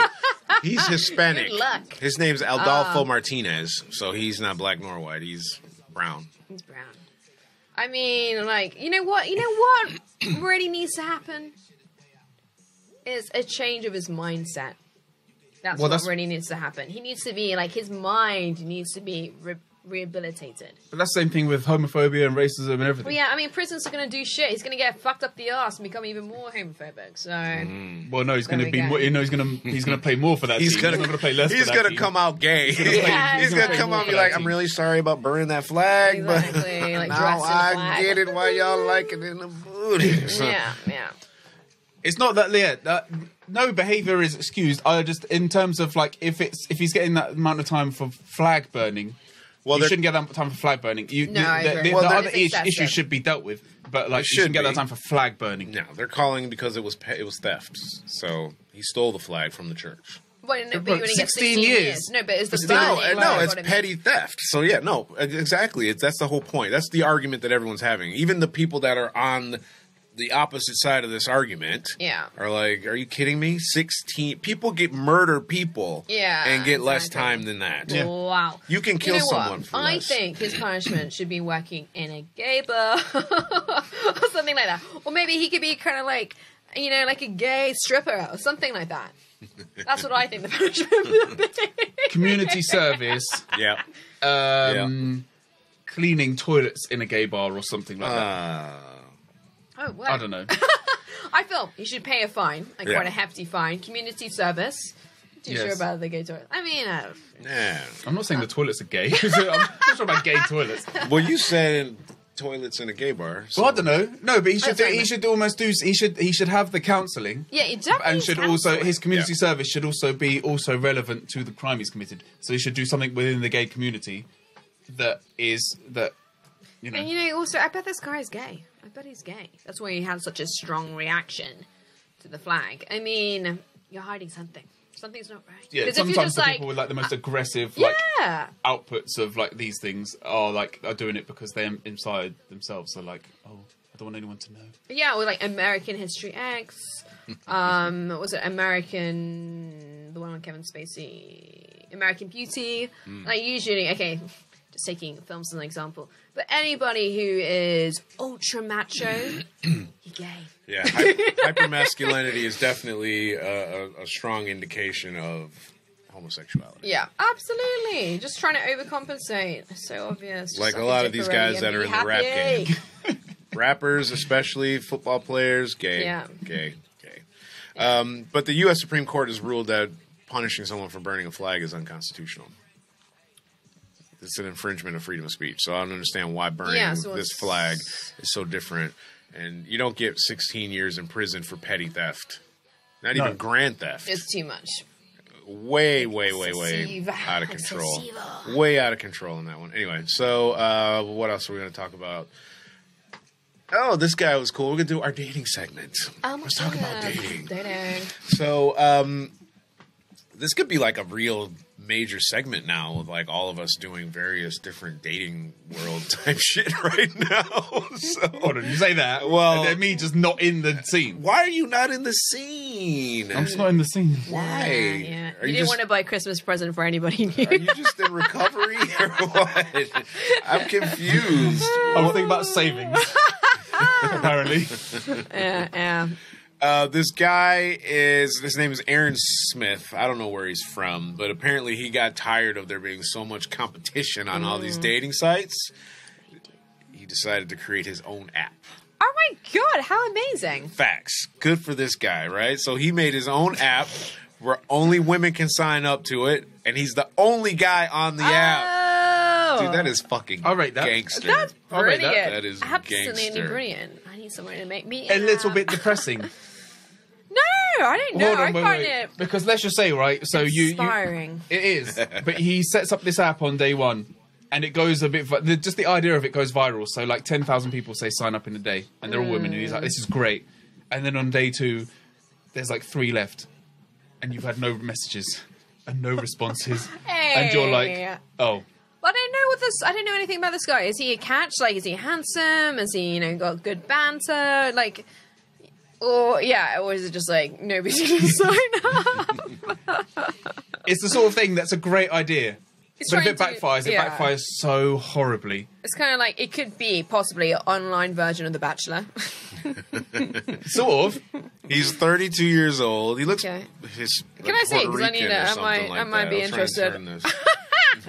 S3: He's Hispanic.
S2: Good luck. Um,
S3: His name's Aldolfo Martinez, so he's not black nor white. He's brown.
S2: It's brown. I mean, like, you know what? You know what really needs to happen is a change of his mindset. That's
S4: Well,
S2: what
S4: that's-
S2: really needs to happen. He needs to be like his mind needs to be re- rehabilitated.
S4: But that's the same thing with homophobia and racism and everything.
S2: But yeah, I mean, prisons are gonna do shit. He's gonna get fucked up the ass and become even more homophobic. So
S4: Well, no, he's going
S2: we
S4: to be.
S2: go.
S4: more- You know, he's going to he's going to play more for that.
S3: He's
S4: team.
S3: gonna,
S4: not going to play less.
S3: He's
S4: for that
S3: gonna
S4: team.
S3: come out gay.
S2: Yeah,
S3: he's
S2: he's gonna play
S3: gonna come out and be
S2: more for
S3: like,
S4: that
S3: "I'm
S4: team."
S3: really sorry about burning that flag,
S2: Exactly,
S3: but
S2: like
S3: now
S2: dressing the
S3: I
S2: flag.
S3: get it why y'all like it in the booty." So-
S2: yeah, yeah.
S4: It's not that yeah, that, no behavior is excused. I just in terms of like if it's if he's getting that amount of time for flag burning,
S3: Well,
S4: you
S3: there,
S4: shouldn't get that time for flag burning. You,
S2: No,
S4: the,
S2: I agree.
S4: the- the
S2: Well,
S4: other
S2: that is
S4: is-
S2: excessive.
S4: issue should be dealt with, but like you
S3: should
S4: shouldn't get
S3: be.
S4: that time for flag burning.
S3: no, they're calling because it was pe- it was theft. So he stole the flag from the church.
S2: Well, no, but you only get
S4: 16
S2: 16 years.
S4: years.
S2: No, but it's the
S3: No,
S2: burning,
S3: uh, no,
S2: like,
S3: it's
S2: what it means.
S3: petty theft. So yeah, no, e- exactly. It's, that's the whole point. That's the argument that everyone's having. Even the people that are on the opposite side of this argument,
S2: Yeah.
S3: are like, "Are you kidding me? Sixteen people get murder people,
S2: Yeah,
S3: and get less
S2: exactly.
S3: time than that.
S2: Wow.
S3: You can kill someone
S2: What?
S3: for
S2: I
S3: less.
S2: think his punishment should be working in a gay bar or something like that. Or maybe he could be kind of like, you know, like a gay stripper or something like that. That's what I think the punishment would be.
S4: Community service,
S3: Yeah,
S4: um, cleaning toilets in a gay bar or something like that.
S3: uh,
S2: Oh, wow.
S4: I don't know.
S2: I feel you should pay a fine, like
S3: Yeah.
S2: quite a hefty fine. Community service. Too
S4: Yes.
S2: sure about the gay toilet. I mean, uh,
S3: yeah.
S4: I'm not saying the toilets are gay. I'm not sure about gay toilets.
S3: well, you said toilets in a gay bar. So
S4: Well, I don't know. No, but he should do,
S2: sorry,
S4: he
S2: mate.
S4: should almost do he should he should have the counselling.
S2: yeah, it definitely
S4: and should also
S2: counts.
S4: his community
S3: Yeah.
S4: service should also be also relevant to the crime he's committed. So he should do something within the gay community that is that you know.
S2: And you know, also, I bet this guy is gay. I bet he's gay. That's why he had such a strong reaction to the flag. I mean, you're hiding something. Something's not right.
S4: yeah,
S2: Because if you're
S4: sometimes
S2: just
S4: the
S2: like,
S4: people with like the most aggressive like
S2: yeah,
S4: outputs of like these things are like are doing it because they inside themselves are like, oh, I don't want anyone to know.
S2: yeah, or like American History X. um, what was it American? The one on Kevin Spacey. American Beauty.
S4: Hmm.
S2: Like usually, okay, just taking films as an example, but anybody who is ultra macho, you're gay.
S3: Yeah, hy- hypermasculinity is definitely a, a, a strong indication of homosexuality.
S2: Yeah, absolutely. Just trying to overcompensate. It's so obvious. Just
S3: Like a
S2: have
S3: lot
S2: to
S3: of these
S2: dip already
S3: guys
S2: and
S3: that are
S2: be
S3: in the rap
S2: happy.
S3: game. Rappers, especially football players, gay,
S2: Yeah.
S3: gay, gay. Um, but the U.S. Supreme Court has ruled that punishing someone for burning a flag is unconstitutional. It's an infringement of freedom of speech. So I don't understand why burning
S2: Yeah, so
S3: this
S2: it's-
S3: flag is so different. And you don't get 16 years in prison for petty theft, not
S4: No.
S3: even grand theft.
S2: It's too much.
S3: way, way, way, way
S2: Excessive.
S3: out of control. Way out of control in that one. Anyway, so uh, what else are we going to talk about? Oh, this guy was cool. We're going to do our dating segment.
S2: Oh my
S3: Let's talk about
S2: God.
S3: dating.
S2: Dating.
S3: So um, this could be like a real major segment now with like all of us doing various different dating world type shit right now. so
S4: Hold on, you say that.
S3: Well-
S4: and then me just not in the scene.
S3: why are you not in the scene?
S4: I'm just not in the scene.
S3: why?
S2: Yeah, yeah.
S3: Are
S2: you, didn't
S3: just-
S2: want to buy a Christmas present for anybody new.
S3: Are you just in recovery or what? I'm confused.
S4: I was thinking about savings. Apparently,
S2: yeah, yeah.
S3: Uh, this guy is his name is Aaron Smith. I don't know where he's from, but apparently he got tired of there being so much competition on all
S4: Mm.
S3: these dating sites. He decided to create his own app.
S2: Oh my god, how amazing.
S3: Facts. Good for this guy, right? So he made his own app where only women can sign up to it, and he's the only guy on the app.
S2: Oh.
S3: Dude, that is fucking
S4: All right, that-
S3: gangster.
S2: That's
S4: I'll rate
S2: brilliant.
S4: that.
S3: That is
S2: absolutely
S3: gangster.
S2: brilliant. I need someone to make me
S4: a little
S2: laugh.
S4: bit depressing.
S2: No, I don't know.
S4: Hold on,
S2: I
S4: wait,
S2: find
S4: wait.
S2: it
S4: Because let's just say, right? So you, you,
S2: inspiring.
S4: it is. But he sets up this app on day one, and it goes a bit. vi- the- Just the idea of it goes viral. So like ten thousand people say sign up in a day, and they're all women. And he's like, this is great. And then on day two, there's like three left, and you've had no messages and no responses, and you're
S2: Hey.
S4: like, oh.
S2: Well, I don't know what this. I don't know anything about this guy. Is he a catch? Like, is he handsome? Is he you know got good banter? Like, or yeah, or is it just like nobody's gonna sign up?
S4: It's the sort of thing that's a great idea,
S2: He's
S4: but if
S2: trying
S4: it
S2: to-
S4: backfires, it
S2: yeah.
S4: backfires so horribly.
S2: It's kind of like it could be possibly an online version of The Bachelor.
S4: Sort of.
S3: He's 32 years old. He looks.
S2: Okay.
S3: His,
S2: Can I see? 'Cause I need to- I might- I might be interested.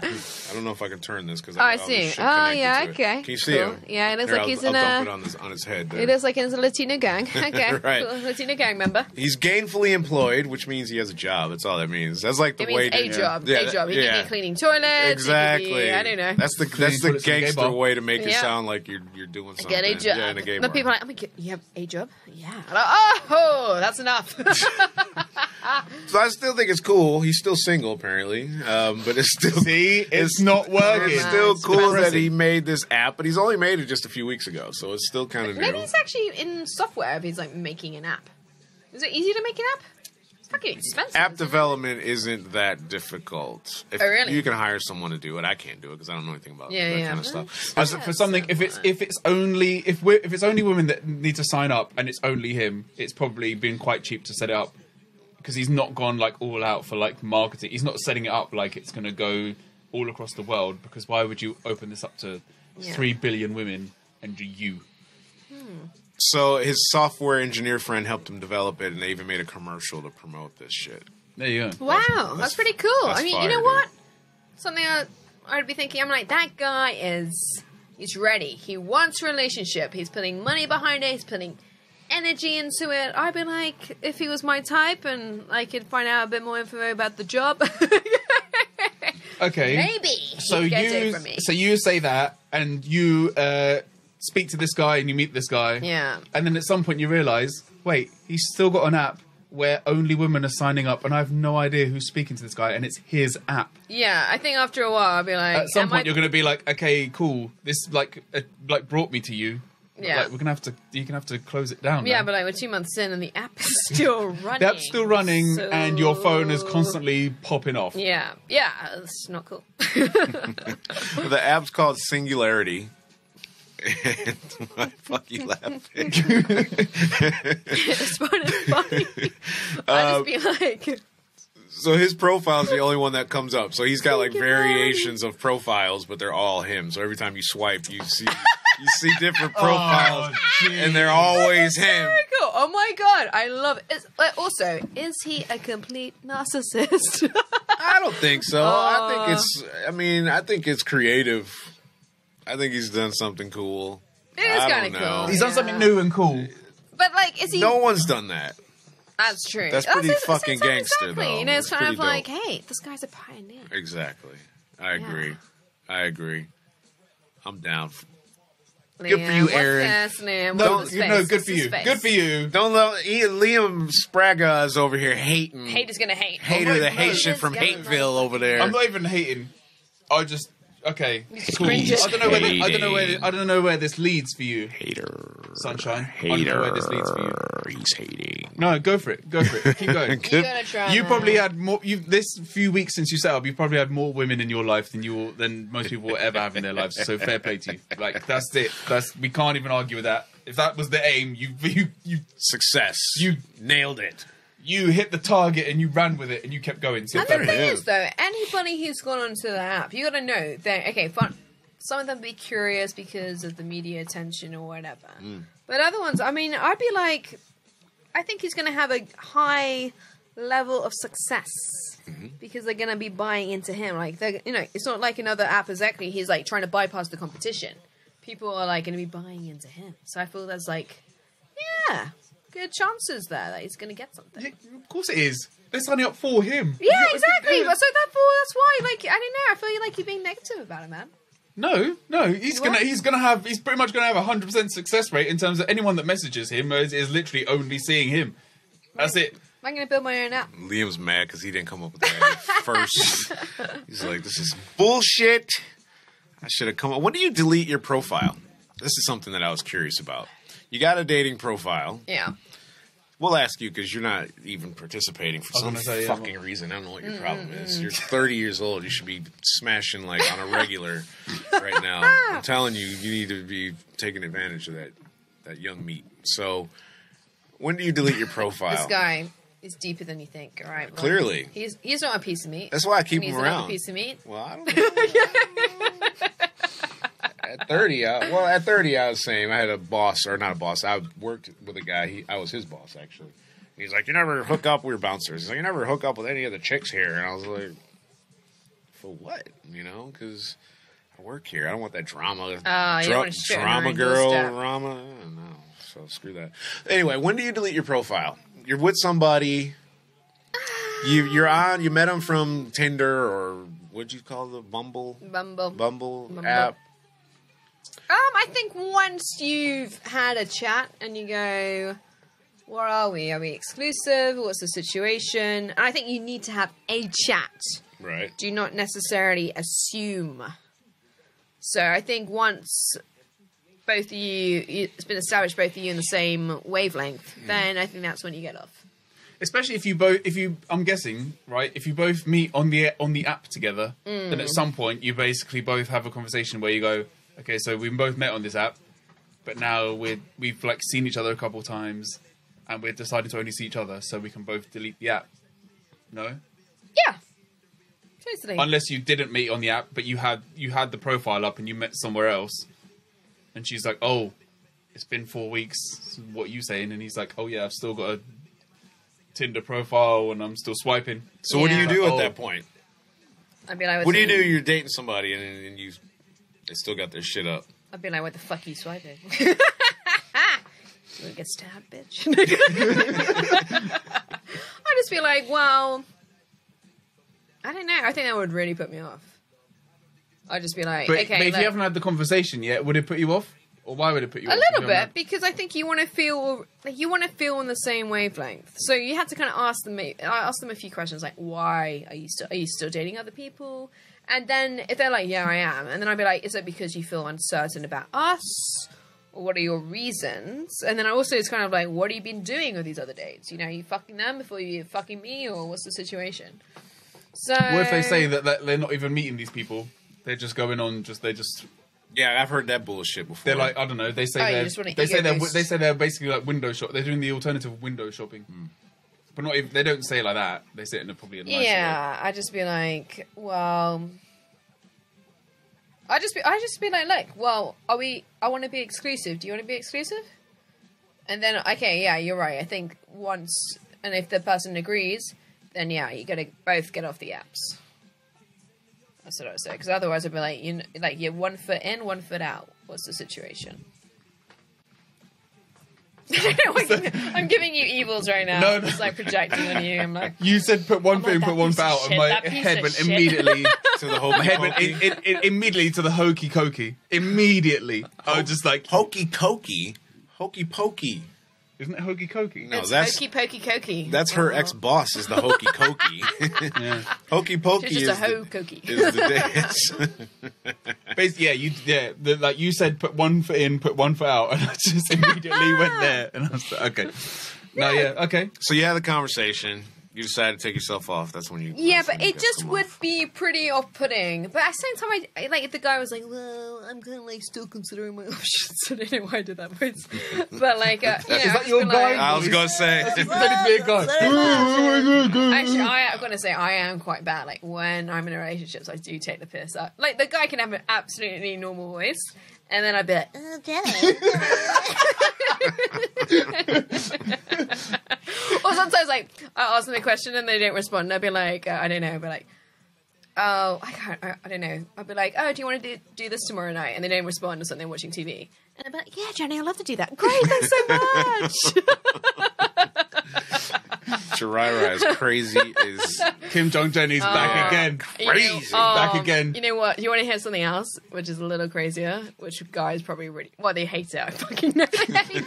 S3: I don't know if I can turn this because
S2: Oh, I see. Oh, yeah, okay.
S3: Can you see
S2: Cool.
S3: him?
S2: Yeah, it looks
S3: Here,
S2: like
S3: I'll-
S2: he's
S3: I'll
S2: in
S3: dump
S2: a-
S3: it on his, on his head. There.
S2: it is like it's a Latino gang. Okay,
S3: Right.
S2: cool, Latino gang member.
S3: He's gainfully employed, which means he has a job. That's all that means. That's like the
S2: It
S3: way
S2: means a
S3: to-
S2: job.
S3: Yeah,
S2: a
S3: that-
S2: job. He
S3: yeah.
S2: could be cleaning toilets. he could be-
S3: Exactly.
S2: I don't know.
S3: That's the that's
S4: put
S3: the
S4: it to the gay
S3: gangster
S4: bar.
S3: way to make it
S2: Yeah.
S3: sound like you're you're doing something.
S2: Get a job.
S3: Yeah, in a gay
S2: but
S3: bar.
S2: people are like, oh my god, you have a job? Yeah. I'm like, oh, that's enough.
S3: so I still think it's cool. He's still single apparently, um, but it's still
S4: See, it's not working.
S3: It's still
S4: It's
S3: cool that
S4: depressing.
S3: he made this app, but he's only made it just a few weeks ago, so it's still kind of
S2: Maybe
S3: new.
S2: it's actually in software if he's like making an app. Is it easy to make an app? It's fucking expensive.
S3: App development isn't that difficult. If
S2: Oh, really?
S3: You can hire someone to do it. I can't do it because I don't know anything about
S2: Yeah,
S3: that
S2: yeah.
S3: kind of stuff. Uh,
S4: As for something, if it's if it's only if we are if it's only women that need to sign up and it's only him, it's probably been quite cheap to set it up because he's not gone like all out for like marketing. He's not setting it up like it's going to go all across the world because why would you open this up to
S2: Yeah.
S4: three billion women and you?
S3: So his software engineer friend helped him develop it, and they even made a commercial to promote this shit.
S4: There you go.
S2: Wow,
S3: That's-
S2: that's,
S3: that's-
S2: pretty cool.
S3: that's
S2: I mean,
S3: fire,
S2: you know
S3: dude.
S2: what? Something I, I'd be thinking, I'm like, that guy is, he's ready. He wants a relationship. He's putting money behind it. He's putting energy into it. I'd be like, if he was my type and I could find out a bit more info about the job,
S4: Okay.
S2: maybe he'd
S4: So
S2: get it
S4: you
S2: for me.
S4: so you say that and you uh, speak to this guy and you meet this guy.
S2: yeah.
S4: And then at some point you realise, wait, he's still got an app where only women are signing up, and I have no idea who's speaking to this guy, and it's his app.
S2: Yeah, I think after a while I'll be like,
S4: At some
S2: am
S4: point
S2: I-
S4: you're going to be like, okay, cool, this like uh, like brought me to you. But,
S2: Yeah.
S4: like, we're gonna have to. You're gonna have to close it down.
S2: Yeah,
S4: now.
S2: but like we're two months in and the app is still running.
S4: the app's still running,
S2: so-
S4: and your phone is constantly popping off.
S2: Yeah, yeah, it's not cool.
S3: The app's called Singularity. And why the fuck you laughing?
S4: Um,
S2: it's funny. I'll just be like,
S3: So his profile's the only one that comes up. So he's got like variations of profiles, but they're all him. So every time you swipe, you see you see different
S4: Oh,
S3: profiles, and they're always him.
S2: Cool. Oh my god, I love it. It's, uh, also, is he a complete narcissist?
S3: I don't think so. I think it's. I mean, I think it's creative. I think he's done something cool.
S2: it is
S3: I don't
S2: kind of
S3: know.
S2: cool.
S4: He's done
S2: yeah.
S4: something new and cool.
S2: But like, is he?
S3: No one's done that.
S2: that's true.
S3: That's pretty
S2: it- so it's
S3: fucking
S2: not
S3: gangster,
S2: Exactly.
S3: though.
S2: You know, it's,
S3: It's
S2: kind of
S3: pretty
S2: like,
S3: dope.
S2: hey, this guy's a pioneer.
S3: Exactly. I agree. I agree. I'm down. f-
S2: Good
S3: for you, Aaron.
S2: What's his name?
S4: No,
S2: What's his
S4: you know,
S2: face?
S4: good
S2: What's
S4: for
S2: his
S4: you.
S2: face?
S4: Good for you.
S3: Don't let he- Liam Spraga is over here hating.
S2: Hate is gonna hate.
S3: Hater,
S4: my
S3: the
S4: God.
S3: Haitian from
S2: This guy-
S3: Hateville over there.
S4: I'm not even hating. I just okay. Cool. I
S2: cringing.
S4: don't know where. thi- I don't know where. I don't know where this leads for you,
S3: hater.
S4: sunshine. I don't know where this leads for you.
S3: He's hating.
S4: No, go for it. Go for it. Keep going.
S2: You're gonna try.
S4: You
S2: now.
S4: probably had more. You this few weeks since you set up, you probably had more women in your life than you will, than most people will ever have in their lives. So fair play to you. Like that's it. That's we can't even argue with that. If that was the aim, you you you
S3: Success.
S4: You-
S3: nailed it.
S4: you hit the target and you ran with it and you kept going. So
S2: And
S4: fair
S2: the
S4: play.
S2: thing
S3: is.
S2: is, though, anybody who's gone onto the app, you got to know that. Okay, fun. Some of them be curious because of the media attention or whatever.
S4: Hmm.
S2: But other ones, I mean, I'd be like, I think he's going to have a high level of success
S4: Mm-hmm.
S2: because they're going to be buying into him. Like, they're, you know, it's not like another app exactly. He's like trying to bypass the competition. People are like going to be buying into him. So I feel there's like, yeah, good chances there that he's going to get something.
S4: Yeah, of course it is. They're signing up for him.
S2: Yeah,
S4: It's not-
S2: exactly. But so therefore, that's why. Like, I don't know. I feel like you're being negative about it, man.
S4: No, no, he's
S2: What?
S4: gonna he's gonna have he's pretty much gonna have a hundred percent success rate in terms of anyone that messages him is, is literally only seeing him. That's it.
S2: Am I going to build my own app?
S3: Liam's mad because he didn't come up with that first. He's like, this is bullshit. I should have come up. When do you delete your profile? This is something that I was curious about. You got a dating profile.
S2: Yeah.
S3: We'll ask you because you're not even participating for
S4: was
S3: some
S4: gonna say, yeah,
S3: fucking reason. I don't know what your problem is. You're 30 years old. You should be smashing like on a regular right now. I'm telling you, you need to be taking advantage of that that young meat. So, when do you delete your profile?
S2: This guy is deeper than you think. All right. Well,
S3: Clearly.
S2: he's he's not a piece of meat.
S3: That's why I keep
S2: and he's
S3: him
S2: another
S3: around.
S2: Piece of meat.
S3: Well, I don't know. at 30, I, well, at 30, I was saying I had a boss, or not a boss. I worked with a guy. He, I was his boss, actually. He's like, You never hook up. We were bouncers. He's like, You never hook up with any of the chicks here. And I was like, For what? You know, because I work here. I don't want that drama.
S2: don't
S3: dra-
S2: want to Oh, shit on her
S3: drama
S2: and
S3: girl,
S2: doorstep.
S3: drama. I don't know. So screw that. Anyway, when do you delete your profile? You're with somebody. You you're on. You met him from Tinder or what'd you call the Bumble
S2: Bumble.
S3: Bumble,
S2: Bumble.
S3: app?
S2: Um, I think once you've had a chat and you go, "Where are we? Are we exclusive? What's the situation?" And I think you need to have a chat.
S3: Right.
S2: do not necessarily assume. So I think once both of you, you it's been established both of you in the same wavelength, then I think that's when you get off.
S4: Especially if you both if you I'm guessing, right, if you both meet on the on the app together, then at some point you basically both have a conversation where you go, Okay, so we both met on this app, but now we're we've like seen each other a couple times and we're deciding to only see each other so we can both delete the app. No?
S2: Yeah. Totally.
S4: unless you didn't meet on the app, but you had you had the profile up and you met somewhere else, and she's like, "Oh, it's been four weeks. What are you saying?" And he's like, "Oh yeah, I've still got a Tinder profile and I'm still swiping."
S3: So what do
S2: Yeah.
S3: you do at
S4: Oh.
S3: that point?
S2: I'd be like,
S3: What do you do? You're dating somebody and, and you they still got their shit up.
S2: I'd be like, what the fuck are you swiping? you wanna get stabbed, bitch. I'd just be like, well, I don't know. I think that would really put me off. I'd just be like,
S4: But,
S2: okay.
S4: but if
S2: look.
S4: you haven't had the conversation yet, would it put you off, or why would it put you
S2: A
S4: off? if
S2: little
S4: you
S2: bit
S4: haven't
S2: because I think you want to feel like you want to feel on the same wavelength. So you had to kind of ask them. e, I asked them a few questions like, "Why are you still are you still dating other people?" And then if they're like, "Yeah, I am," and then I'd be like, "Is it because you feel uncertain about us?" Or What are your reasons? And then I also it's kind of like, what have you been doing with these other dates? You know, you fucking them before you fucking me, or what's the situation? So,
S4: had- What if they say that, that they're not even meeting these people? They're just going on. Just they just
S3: Yeah, I've heard that bullshit before.
S4: they're like I don't know. They say
S2: Oh, you
S4: they're
S2: just wanna
S4: they
S2: ego
S4: say they're
S2: boost.
S4: they say they're basically like window shop. They're doing the alternative window shopping. But not even they don't say it like that. They say it in a probably a nicer way.
S2: yeah, I'd just be like, well, I just be, I just be like, look, well, are we? I want to be exclusive. Do you want to be exclusive? And then, okay, yeah, you're right. I think once, and if the person agrees, then yeah, you gotta both get off the apps. That's what I would say. Because otherwise, I'd be like, you, kn- like you're one foot in, one foot out. What's the situation? I'm giving you evils right now.
S4: No, no.
S2: It's like projecting on you. I'm like,
S4: You said put one
S5: I'm
S4: foot
S5: like,
S4: in,
S5: that
S4: put one
S5: piece
S4: foot
S5: of
S4: out, and
S5: shit,
S4: my
S5: that piece
S4: head
S5: of
S4: went
S5: shit.
S4: immediately.
S3: to the whole
S4: My head went it, it, it, immediately to the hokey cokey. Immediately, I was just like,
S3: hokey cokey, hokey pokey.
S4: "Isn't it hokey cokey?"
S3: No,
S2: It's
S3: that's
S2: hokey pokey cokey.
S3: that's her
S2: Well,
S3: ex boss is the hokey cokey.
S4: Yeah.
S3: hokey pokey
S2: She's just a
S3: is,
S2: hoe
S3: the,
S2: cokey.
S3: is the dance.
S4: Basically, yeah, you, yeah, the, like you said, put one foot in, put one foot out, and I just immediately went there, and I was like, "Okay, no, yeah, okay."
S3: so you had the conversation. You decided to take yourself off. That's when you.
S2: Yeah,
S3: that's when
S2: but
S3: you
S2: it
S3: got
S2: just
S3: some
S2: would
S3: off.
S2: be pretty off-putting. But at the same time, I, I like if the guy was like, "Well, I'm kind of like still considering my options." I don't know why I did that voice, but like, uh, you know,
S4: that
S2: I've just
S4: your
S2: been
S4: guy?
S2: Like,
S3: I was gonna say.
S2: Actually, I, I'm gonna say I am quite bad. Like when I'm in a relationship, I do take the piss out. Like the guy can have an absolutely normal voice, and then I'd be like, okay. or sometimes like I ask them a question and they don't respond. They'll be like, uh, I don't know, but like. Oh, I can't. I, I don't know. I'd be like, "Oh, do you want to do, do this tomorrow night?" And they don't respond or something. Watching TV, and I'd be like, "Yeah, Jenny, I'd love to do that. Great, thanks so much."
S3: Jiraiya is crazy. Is
S4: Kim Jong Jenny's
S2: Oh,
S4: back again.
S3: Crazy.
S4: Back again.
S2: um, You know what? You want to hear something else, which is a little crazier, which guys probably really well they hate it. I fucking know they hate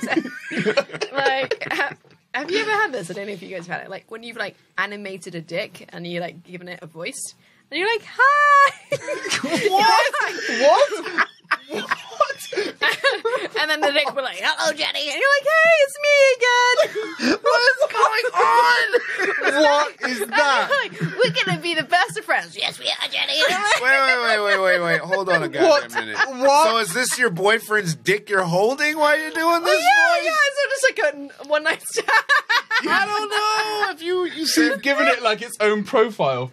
S2: it. like, ha- have you ever had this? I don't know if you guys have had it. Like when you've like animated a dick and you like given it a voice. And you're like, hi! what? what? and then the dick were like, hello, Jenny. And you're like, hey, it's me again. What's going on?
S4: What is that?
S2: like, we're going to be the best of friends. Yes, we are, Jenny. And I'm like,
S3: wait, wait, wait, wait, wait, wait. Hold on a goddamn
S4: What?
S3: minute.
S4: What?
S3: So is this your boyfriend's dick you're holding? Why are you doing this?
S2: Oh, yeah, yeah, it's not just like a one night stand.
S3: I don't know. If you you
S4: So
S3: said
S4: you've given it like its own profile.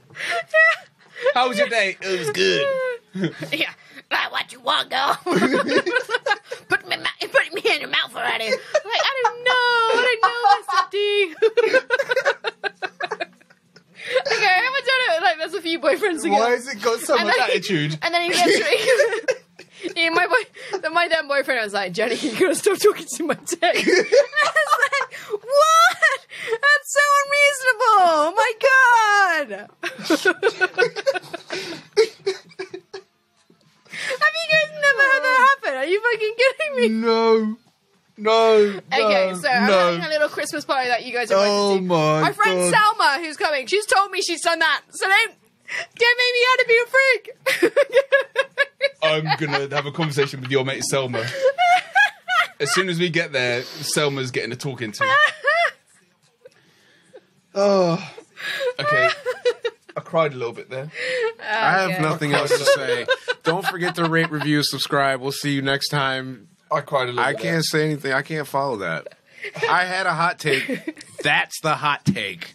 S4: How was your day? It was good.
S2: yeah, like what you want, girl. put me, in my- put me in your mouth already. Like I don't know, I don't know, Mr. D. okay, I haven't done it. Like there's a few boyfriends ago.
S4: Why has it got so
S2: And
S4: much
S2: then-
S4: attitude?
S2: And then eventually, yeah, my boy, then my damn boyfriend was like, Jenny, you gotta stop talking to my dick. I was like, what? That's so unreasonable. Oh My God. Have you guys never had that happen? Are you fucking kidding me?
S4: No. No.
S2: Okay,
S4: no,
S2: so I'm
S4: no.
S2: having a little Christmas party that you guys are
S4: Oh
S2: going to.
S4: my
S2: My friend
S4: God.
S2: Selma, who's coming, she's told me she's done that. So don't, don't make me out to be a freak.
S4: I'm gonna have a conversation with your mate Selma. As soon as we get there, Selma's getting a talking to. Oh. Okay. I cried a little bit there.
S3: I have
S2: Okay.
S3: nothing else to say. Don't forget to rate, review, subscribe. We'll see you next time.
S4: I cried a little
S3: I
S4: bit.
S3: can't say anything. I can't follow that. I had a hot take. That's the hot take.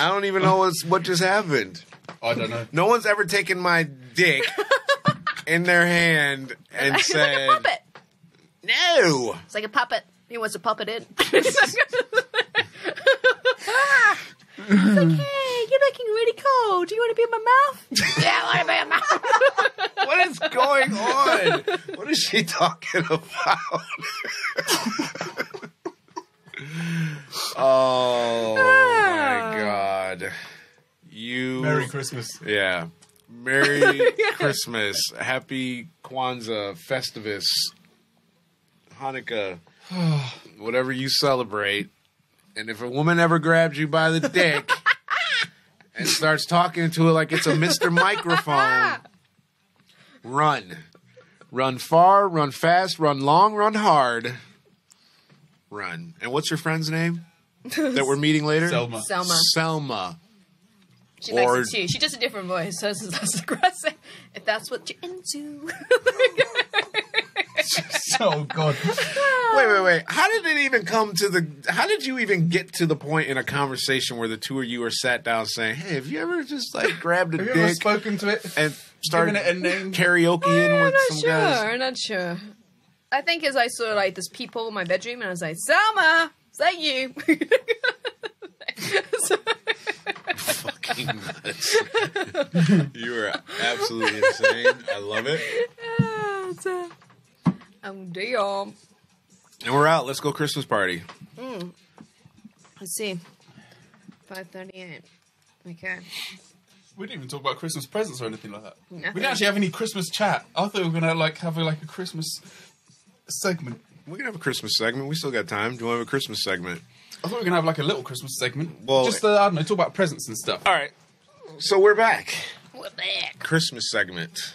S3: I don't even know what's, what just happened.
S4: there. I don't know.
S3: No one's ever taken my dick in their hand and said,
S2: puppet.
S3: "No."
S2: It's like a puppet. He wants to puppet in. Hey, you're looking really cool. Do you want to be in my mouth? yeah, I want to be in my mouth.
S3: What is going on? What is she talking about? oh my god. You
S4: Merry Christmas.
S3: Yeah. Merry Christmas. Happy Kwanzaa, Festivus, Hanukkah, whatever you celebrate. And if a woman ever grabs you by the dick and starts talking to it like it's a Mr. Microphone, run. Run far, run fast, run long, run hard. Run. And what's your friend's name that we're meeting later?
S4: Selma.
S2: Selma.
S3: Selma.
S2: She
S3: Or-
S2: makes it too. She does a different voice. Hers is less aggressive. If that's what you're into.
S4: oh god.
S3: Wait, wait, wait. How did it even come to the? How did you even get to the point in a conversation where the two of you are sat down saying, "Hey, have you ever just like grabbed a
S4: Have you
S3: dick
S4: ever spoken to it?
S3: and started
S4: given it a name?
S3: karaokeing
S2: I'm
S3: with
S2: not
S3: some
S2: sure.
S3: guys?"
S2: I'm not sure. I think as I saw like this people in my bedroom, and I was like, Selma, is that you? So-
S3: Fucking nuts. you are absolutely insane. I love it.
S2: Ah, so- oh damn.
S3: And we're out. Let's go Christmas party.
S2: Let's see. Five thirty-eight. Okay.
S4: We didn't even talk about Christmas presents or anything like that.
S2: Nothing.
S4: We didn't actually have any Christmas chat. I thought we were gonna like have a, like a Christmas segment.
S3: We can have a Christmas segment. We still got time. Do you want to have a Christmas segment?
S4: I thought we were gonna have like a little Christmas segment.
S3: Well-
S4: just uh, I don't know, talk about presents and stuff.
S3: All right. So we're back.
S2: We're back.
S3: Christmas segment.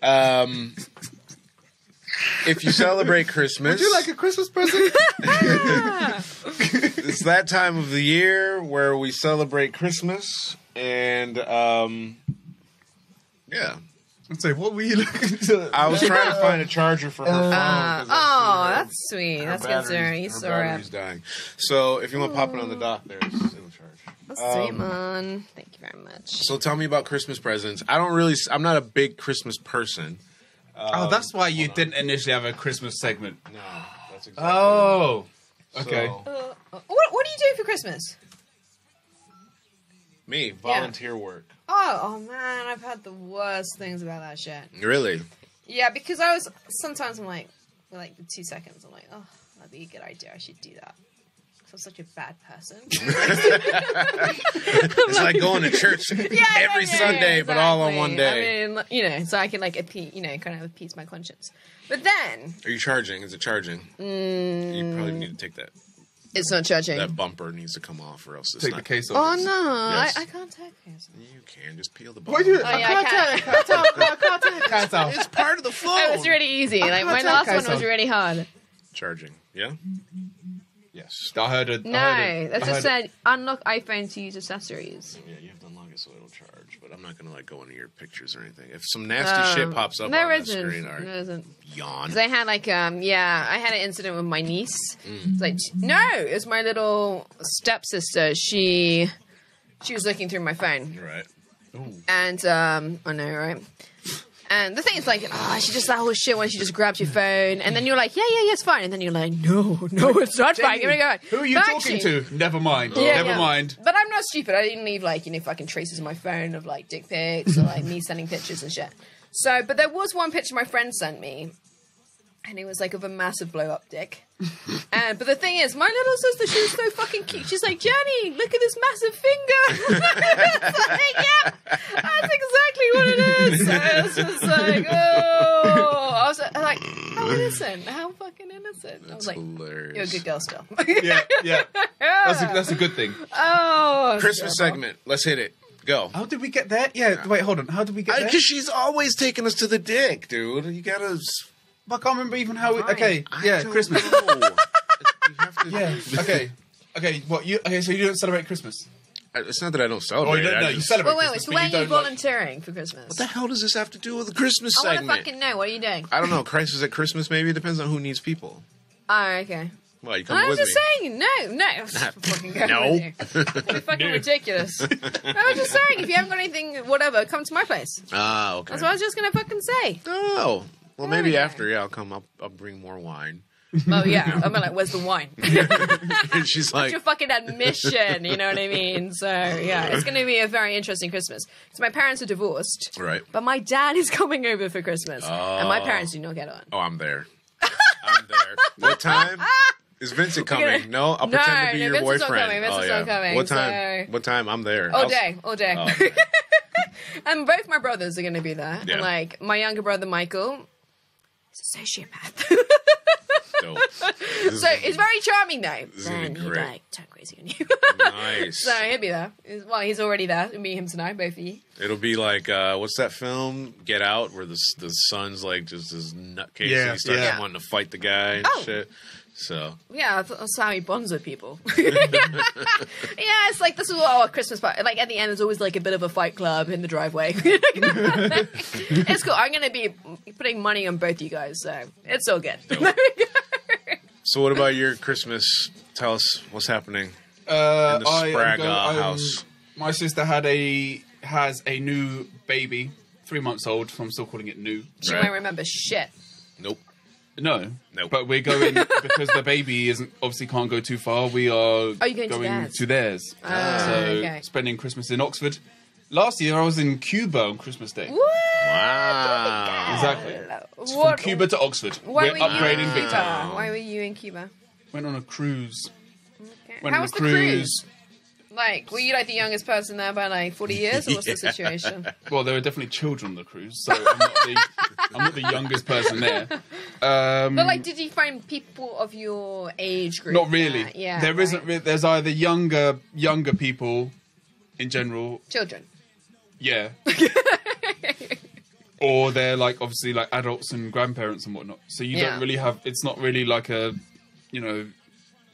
S3: Um, if you celebrate Christmas,
S4: Do you like a Christmas present?
S3: it's that time of the year where we celebrate Christmas, and um, yeah,
S4: I'd say, what were you looking to?
S3: I was trying to find a charger for her phone.
S2: Uh,
S3: 'cause
S2: oh,
S3: I see
S2: that's sweet.
S3: her- her
S2: That's
S3: battery's-
S2: considering you
S3: her
S2: saw
S3: battery's
S2: it.
S3: dying. So if you want to pop it on the dock, there, it's, it'll charge.
S2: That's sweet, man. Thank you very much.
S3: So tell me about Christmas presents. I don't really. I'm not a big Christmas person.
S4: oh, that's why you didn't initially have a Christmas segment.
S3: No, that's exactly.
S4: Oh, okay.
S3: So,
S2: Uh, what What do you do for Christmas?
S3: me volunteer work.
S2: Oh, oh man, I've heard the worst things about that shit.
S3: Really?
S2: Yeah, because I was sometimes I'm like, for like the two seconds, I'm like, oh, that'd be a good idea. I should do that. 'Cause I'm such a bad person.
S3: It's like going to church
S2: Yeah, yeah,
S3: every
S2: yeah, yeah,
S3: Sunday, but all on
S2: exactly.
S3: one day.
S2: I mean, like, you know, so I can like appease, you know, kind of appease my conscience. But then
S3: Are you charging? Is it charging? You probably
S2: Mm.
S3: need to take that.
S2: it's not judging.
S3: That bumper needs to come off, or else it's
S4: Take
S3: not.
S4: the case
S2: oh
S4: off.
S2: no,
S3: Yes.
S2: I, I can't take this.
S3: You can just peel the bumper.
S4: Why do you?
S2: Oh yeah, I can't.
S4: Cats off.
S3: It's part of the flow.
S2: It was really easy. Like my
S4: can't
S2: last one
S4: take
S2: was
S4: myself.
S2: really hard.
S3: charging. Yeah. Yes.
S4: I heard it. I heard
S2: No,
S4: it.
S2: that's
S4: I
S2: just
S4: heard
S2: said
S4: it.
S2: unlock iPhone to use accessories.
S3: Yeah, you have to unlock it so it'll charge. But I'm not gonna like go into your pictures or anything. If some nasty shit
S2: Um,
S3: pops up
S2: there
S3: on the
S2: isn't.
S3: screen, all right,
S2: There isn't.
S3: yawn.
S2: Because I had like um yeah, I had an incident with my niece.
S4: Mm.
S2: It's like no, it's my little stepsister. She she was looking through my phone
S3: Right.
S2: and um I know right. And the thing is like, oh, she just that whole shit when she just grabs your phone, and then you're like, yeah, yeah, yeah, it's fine, and then you're like, no, no, it's not fine. Give me a go.
S4: Who are you
S2: But
S4: talking
S2: actually-
S4: to? Never mind.
S2: yeah,
S4: Never
S2: yeah.
S4: mind.
S2: But I'm not stupid. I didn't leave like you know fucking traces on my phone of like dick pics or like me sending pictures and shit. So, but there was one picture my friend sent me, and it was like of a massive blow up dick. and but the thing is, my little sister, she was so fucking cute. She's like, Jenny, look at this massive finger. it's like, yep, that's exactly what it is. So I was just like, oh, I was uh, like, how innocent, how fucking innocent. I was like,
S3: Hilarious.
S2: you're a good girl still.
S4: Yeah, yeah. That's a, that's a good thing.
S2: oh,
S3: Christmas
S2: terrible.
S3: segment. Let's hit it. Go.
S4: How did we get there? Yeah, wait, hold on. How did we get there?
S3: Because she's always taking us to the dick, dude. You gotta. s-
S4: I can't remember even how. We, okay,
S3: I
S4: yeah,
S3: don't
S4: Christmas.
S3: know. You have to-
S4: Yeah, okay, okay. What you? Okay, so you don't celebrate Christmas?
S3: I- It's not that I don't celebrate.
S4: Oh, you don't,
S3: I
S4: no, you
S3: just-
S4: celebrate
S2: Wait, wait, wait.
S4: Christmas,
S2: So
S4: but
S2: when
S4: you
S2: are you
S4: don't like-
S2: volunteering for Christmas?
S3: What the hell does this have to do with the Christmas
S2: I want to
S3: segment?
S2: fucking know. What are you doing?
S3: I don't know. Crisis at Christmas, maybe? It depends on who needs people.
S2: Oh, okay.
S3: Well, you come
S2: I was
S3: with
S2: just
S3: me.
S2: saying, no, no. I'm fucking going
S3: No.
S2: with you. You're fucking ridiculous. I was just saying, if you haven't got anything, whatever, come to my place.
S3: Ah, okay.
S2: That's what I was just gonna fucking say.
S3: Oh. Well, maybe
S2: Yeah.
S3: after. Yeah, I'll come. I'll, I'll bring more wine.
S2: Oh yeah, I'm like, where's the wine?
S3: and she's like,
S2: your fucking admission. You know what I mean? So yeah, it's gonna be a very interesting Christmas. So my parents are divorced,
S3: right.
S2: but my dad is coming over for Christmas, and my
S3: Oh.
S2: parents do not get on.
S3: Oh, I'm there. I'm there. What time? Is Vincent coming?
S2: gonna-
S3: No, I'll
S2: No,
S3: pretend to be
S2: no,
S3: your
S2: Vincent's not
S3: boyfriend.
S2: coming.
S3: oh,
S2: Vincent's
S3: yeah.
S2: not coming,
S3: What time?
S2: so-
S3: What time? I'm there.
S2: All
S3: I'll-
S2: day, all day.
S3: Oh, okay.
S2: and both my brothers are going to be there.
S3: Yeah.
S2: And like my younger brother Michael, is a sociopath.
S3: Dope.
S2: so it's very charming though.
S3: is gonna
S2: Then
S3: be
S2: he'd
S3: great.
S2: like turn crazy on you.
S3: nice.
S2: so he'll be there. He's- Well, he's already there. It'll be him tonight, both of you.
S3: It'll be like uh, what's that film? Get Out, where the the son's like just this nutcase
S4: Yeah,
S3: and he starts
S4: yeah.
S3: wanting to fight the guy and
S2: Oh.
S3: shit. So
S2: Yeah, th- that's how he bonds with people. yeah, it's like this is what our Christmas party. Like at the end, there's always like a bit of a fight club in the driveway. it's cool. I'm gonna be putting money on both you guys, so it's all good.
S3: so what about your Christmas? Tell us what's happening.
S4: Uh,
S3: In the
S4: I am
S3: Sprague,
S4: go-
S3: uh,
S4: I'm-
S3: house.
S4: My sister had a has a new baby, three months old. So I'm still calling it new.
S2: she
S3: Right.
S2: won't remember shit.
S3: Nope.
S4: No,
S3: Nope.
S4: But we're going because the baby isn't obviously can't go too far. We are
S2: you Oh, going to theirs?
S4: to theirs.
S2: Ah,
S4: so
S2: okay.
S4: spending Christmas in Oxford. Last year I was in Cuba on Christmas Day.
S2: What?
S3: Wow.
S4: Exactly. From
S2: What-
S4: Cuba to Oxford.
S2: Why
S4: we're
S2: were you in
S4: upgrading big
S2: Cuba?
S4: time.
S2: Why were you in Cuba?
S4: Went on a cruise.
S2: Okay.
S4: Went
S2: How
S4: on
S2: was the
S4: a
S2: cruise? Like, were you like the youngest person there by like 40 years, or what's the situation?
S4: Well, there were definitely children on the cruise, so I'm not the, I'm not the youngest person there. Um,
S2: But like, did you find people of your age group?
S4: not really.
S2: there? Yeah,
S4: there
S2: right.
S4: not Re- there's either younger younger people, in general,
S2: children.
S4: yeah, or they're like obviously like adults and grandparents and whatnot. So you
S2: Yeah.
S4: don't really have. It's not really like a, you know,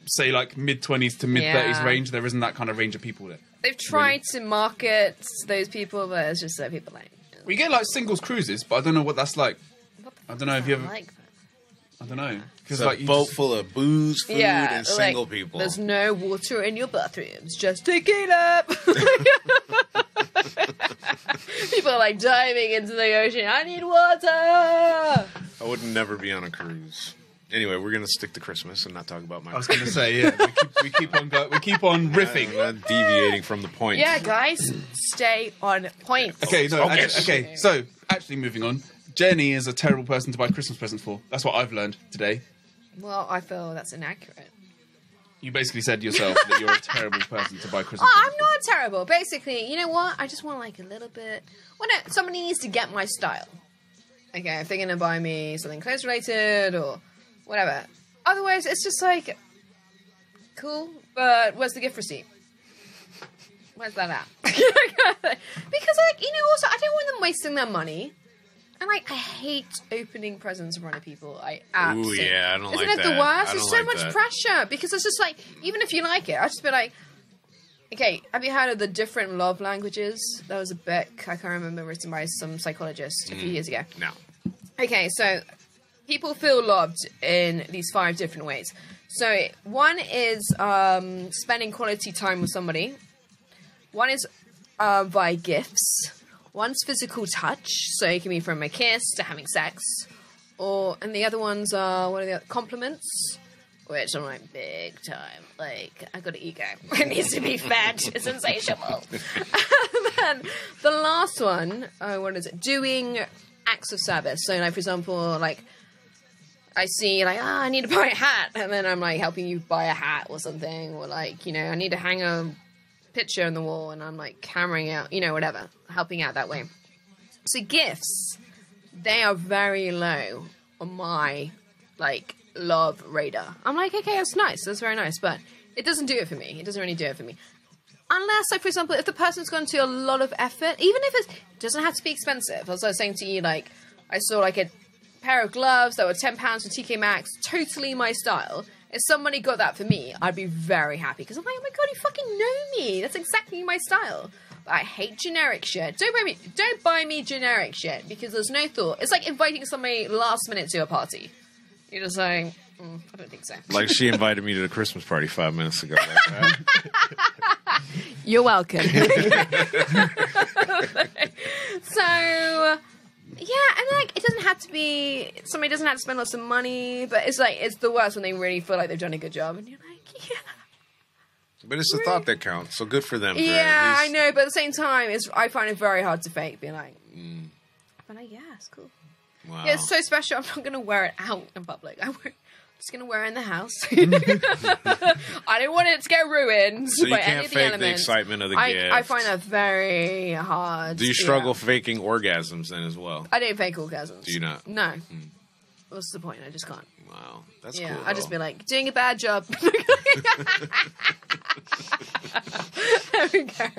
S4: say like mid twenties to mid thirties
S2: Yeah.
S4: range. There isn't that kind of range of people there.
S2: They've tried to market those people, but it's just that people like.
S4: We get like singles cruises, but I don't know what that's like.
S2: What the
S4: I
S2: fuck
S4: don't know
S2: is
S4: if you
S2: that
S4: ever-
S2: Like?
S4: I don't know because
S3: It's a
S4: like you
S3: boat
S4: just-
S3: full of booze, food,
S2: Yeah,
S3: and single
S2: like,
S3: people.
S2: There's no water in your bathrooms. Just take it up. people are like diving into the ocean. I need water.
S3: I would never be on a cruise. Anyway, we're gonna stick to Christmas and not talk about my.
S4: I was going to say, yeah, we keep, we keep on go, we keep on riffing.
S3: I'm not deviating from the point.
S2: Yeah, guys, stay on point.
S4: Okay, no,
S3: Oh,
S4: actually-
S3: yes.
S4: okay. So actually, moving on. Jenny is a terrible person to buy Christmas presents for. That's what I've learned today.
S2: Well, I feel that's inaccurate.
S4: You basically said yourself that you're a terrible person to buy Christmas.
S2: Oh, I'm
S4: presents
S2: not terrible. Basically, you know what? I just want like a little bit. Well, no, somebody needs to get my style. Okay, if they're gonna buy me something clothes related or whatever. Otherwise, it's just like cool. But where's the gift receipt? Where's that at? because like you know, also I don't want them wasting their money. And like, I hate opening presents in front of people. I absolutely.
S3: yeah, I don't
S2: Isn't
S3: like
S2: it
S3: that.
S2: the worst?
S3: I
S2: There's so
S3: don't like
S2: much
S3: that.
S2: pressure because it's just like, even if you like it, I just be like, Okay, have you heard of the different love languages? That was a book I can't remember written by some psychologist a few years ago.
S3: No.
S2: Okay, so people feel loved in these five different ways. So one is um, spending quality time with somebody. One is uh, by gifts. One's physical touch, so it can be from a kiss to having sex, or and the other ones are what are the other, compliments, which I'm like big time. Like I got an ego, it needs to be fed. It's insatiable. and then the last one, oh, what is it? Doing acts of service. So like for example, like I see like, ah, I need to buy a hat, and then I'm like helping you buy a hat or something, or like you know, I need to hang a picture on the wall, and I'm like hammering out, you know, whatever, helping out that way. So gifts, they are very low on my like love radar. I'm like, okay, that's nice, that's very nice, but it doesn't do it for me. It doesn't really do it for me. Unless, like for example, if the person's gone to a lot of effort, even if it's, it doesn't have to be expensive. As I was saying to you, like I saw like a pair of gloves that were ten pounds from TK Maxx, totally my style. If somebody got that for me, I'd be very happy because I'm like, oh my god, you fucking know me. That's exactly my style. But I hate generic shit. Don't buy me, don't buy me generic shit because there's no thought. It's like inviting somebody last minute to a party. You're just like, mm, I don't think so.
S3: Like she invited me to the Christmas party five minutes ago. Like that.
S2: You're welcome. so, yeah, and like it doesn't have to be somebody doesn't have to spend lots of money, but it's like it's the worst when they really feel like they've done a good job, and you're like, yeah,
S3: but it's the thought that counts. So good for them. For at
S2: yeah, I
S3: least-
S2: know, but at the same time, it's I find it very hard to fake being like, but like, yeah, it's cool. Oh.
S3: Wow.
S2: Mm. Yeah, it's so special. I'm not gonna wear it out in public. I won't. I'm just gonna wear it in the house. I don't want it to get ruined
S3: you
S2: by
S3: can't
S2: any of the
S3: fake the
S2: elements.
S3: excitement of the
S2: I, I
S3: gift.
S2: find that very hard.
S3: Do you
S2: yeah.
S3: struggle faking orgasms then as well?
S2: I don't fake orgasms.
S3: Do you not?
S2: No. What's the point? I just can't.
S3: Wow, that's
S2: Yeah,
S3: cool.
S2: I just
S3: though.
S2: be like doing a bad job. there we go.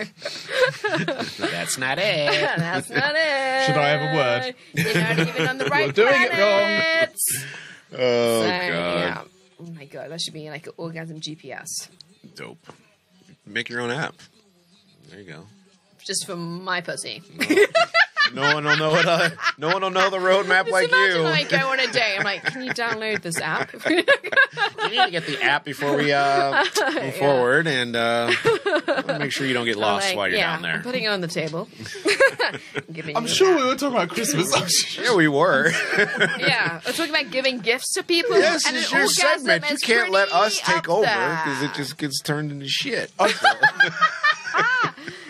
S3: that's not it.
S2: That's not it.
S4: Should I have a word?
S2: You're not even on the right
S4: doing it wrong.
S2: planet.
S3: Oh
S2: So,
S3: god.
S2: yeah. Oh my god, that should be like an orgasm GPS.
S3: Dope. Make your own app. There you go.
S2: Just for my pussy.
S3: No one will know what I, no one will know the roadmap
S2: Just
S3: like
S2: imagine
S3: you.
S2: I go on a date. I'm like, can you download this app?
S3: you need to get the app before we uh, move forward and uh, make sure you don't get lost
S2: Like,
S3: while you're
S2: yeah,
S3: down there.
S2: I'm putting it on the table. Giving
S4: I'm
S2: you
S4: sure
S2: that.
S4: we were talking about Christmas. I'm sure-
S3: yeah, we were.
S2: Yeah, we're talking about giving gifts to people.
S3: this
S2: and
S3: is
S2: an
S3: your
S2: orgasm
S3: segment. You
S2: is
S3: can't let
S2: pretty
S3: us
S2: up
S3: take over
S2: there.
S3: because it just gets turned into shit. Oh,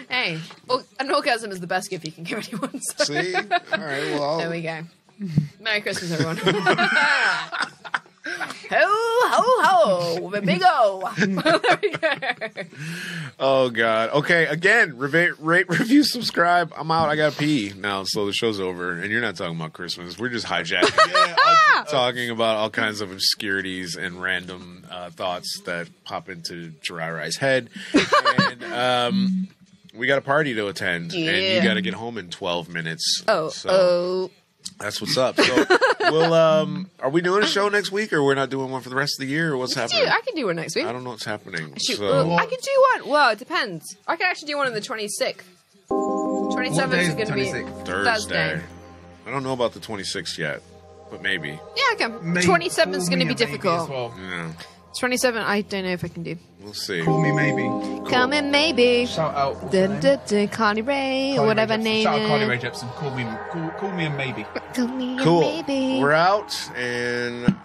S2: Hey, or- an orgasm is the best gift you can give anyone. So
S3: See? All right. Well,
S2: there
S3: I'll-
S2: we go. Merry Christmas, everyone. ho ho ho, with a big O. there we go.
S3: oh god. Okay. Again, reva- rate, review, subscribe. I'm out. I got to pee now, so the show's over. And you're not talking about Christmas. We're just hijacking. it.
S4: yeah, I-
S3: talking about all kinds of obscurities and random uh, thoughts that pop into Jiraiya's head. and um, we got a party to attend, and you
S2: Yeah.
S3: got to get home in 12 minutes.
S2: Oh,
S3: so
S2: oh.
S3: that's what's up. So, we'll, um, are we doing a show next week, or we're not doing one for the rest of the year, or what's
S2: Do,
S3: happening?
S2: I can do one next week.
S3: I don't know what's happening.
S2: Shoot,
S3: so,
S2: well, I could do one. Well, it depends. I could actually do one on the 26th. 27th
S1: day
S2: is
S1: is
S2: going to be
S1: 26th?
S3: Thursday. I don't know about the 26th yet, but maybe.
S2: Yeah, okay. 27th is going to be difficult.
S3: Yeah,
S2: 27, I don't know if I can do.
S3: we'll see.
S1: Call me maybe.
S2: Come and maybe.
S4: Shout out. what's her
S2: Dun,
S4: name?
S2: dun, dun, Carly Ray,
S4: Carly Rae
S2: or whatever
S4: Jepsen.
S2: name.
S4: Shout out Carly Rae
S2: it-
S4: Jepsen. Call me, call, call me a maybe.
S2: Call me and
S3: Cool.
S2: maybe.
S3: We're out, and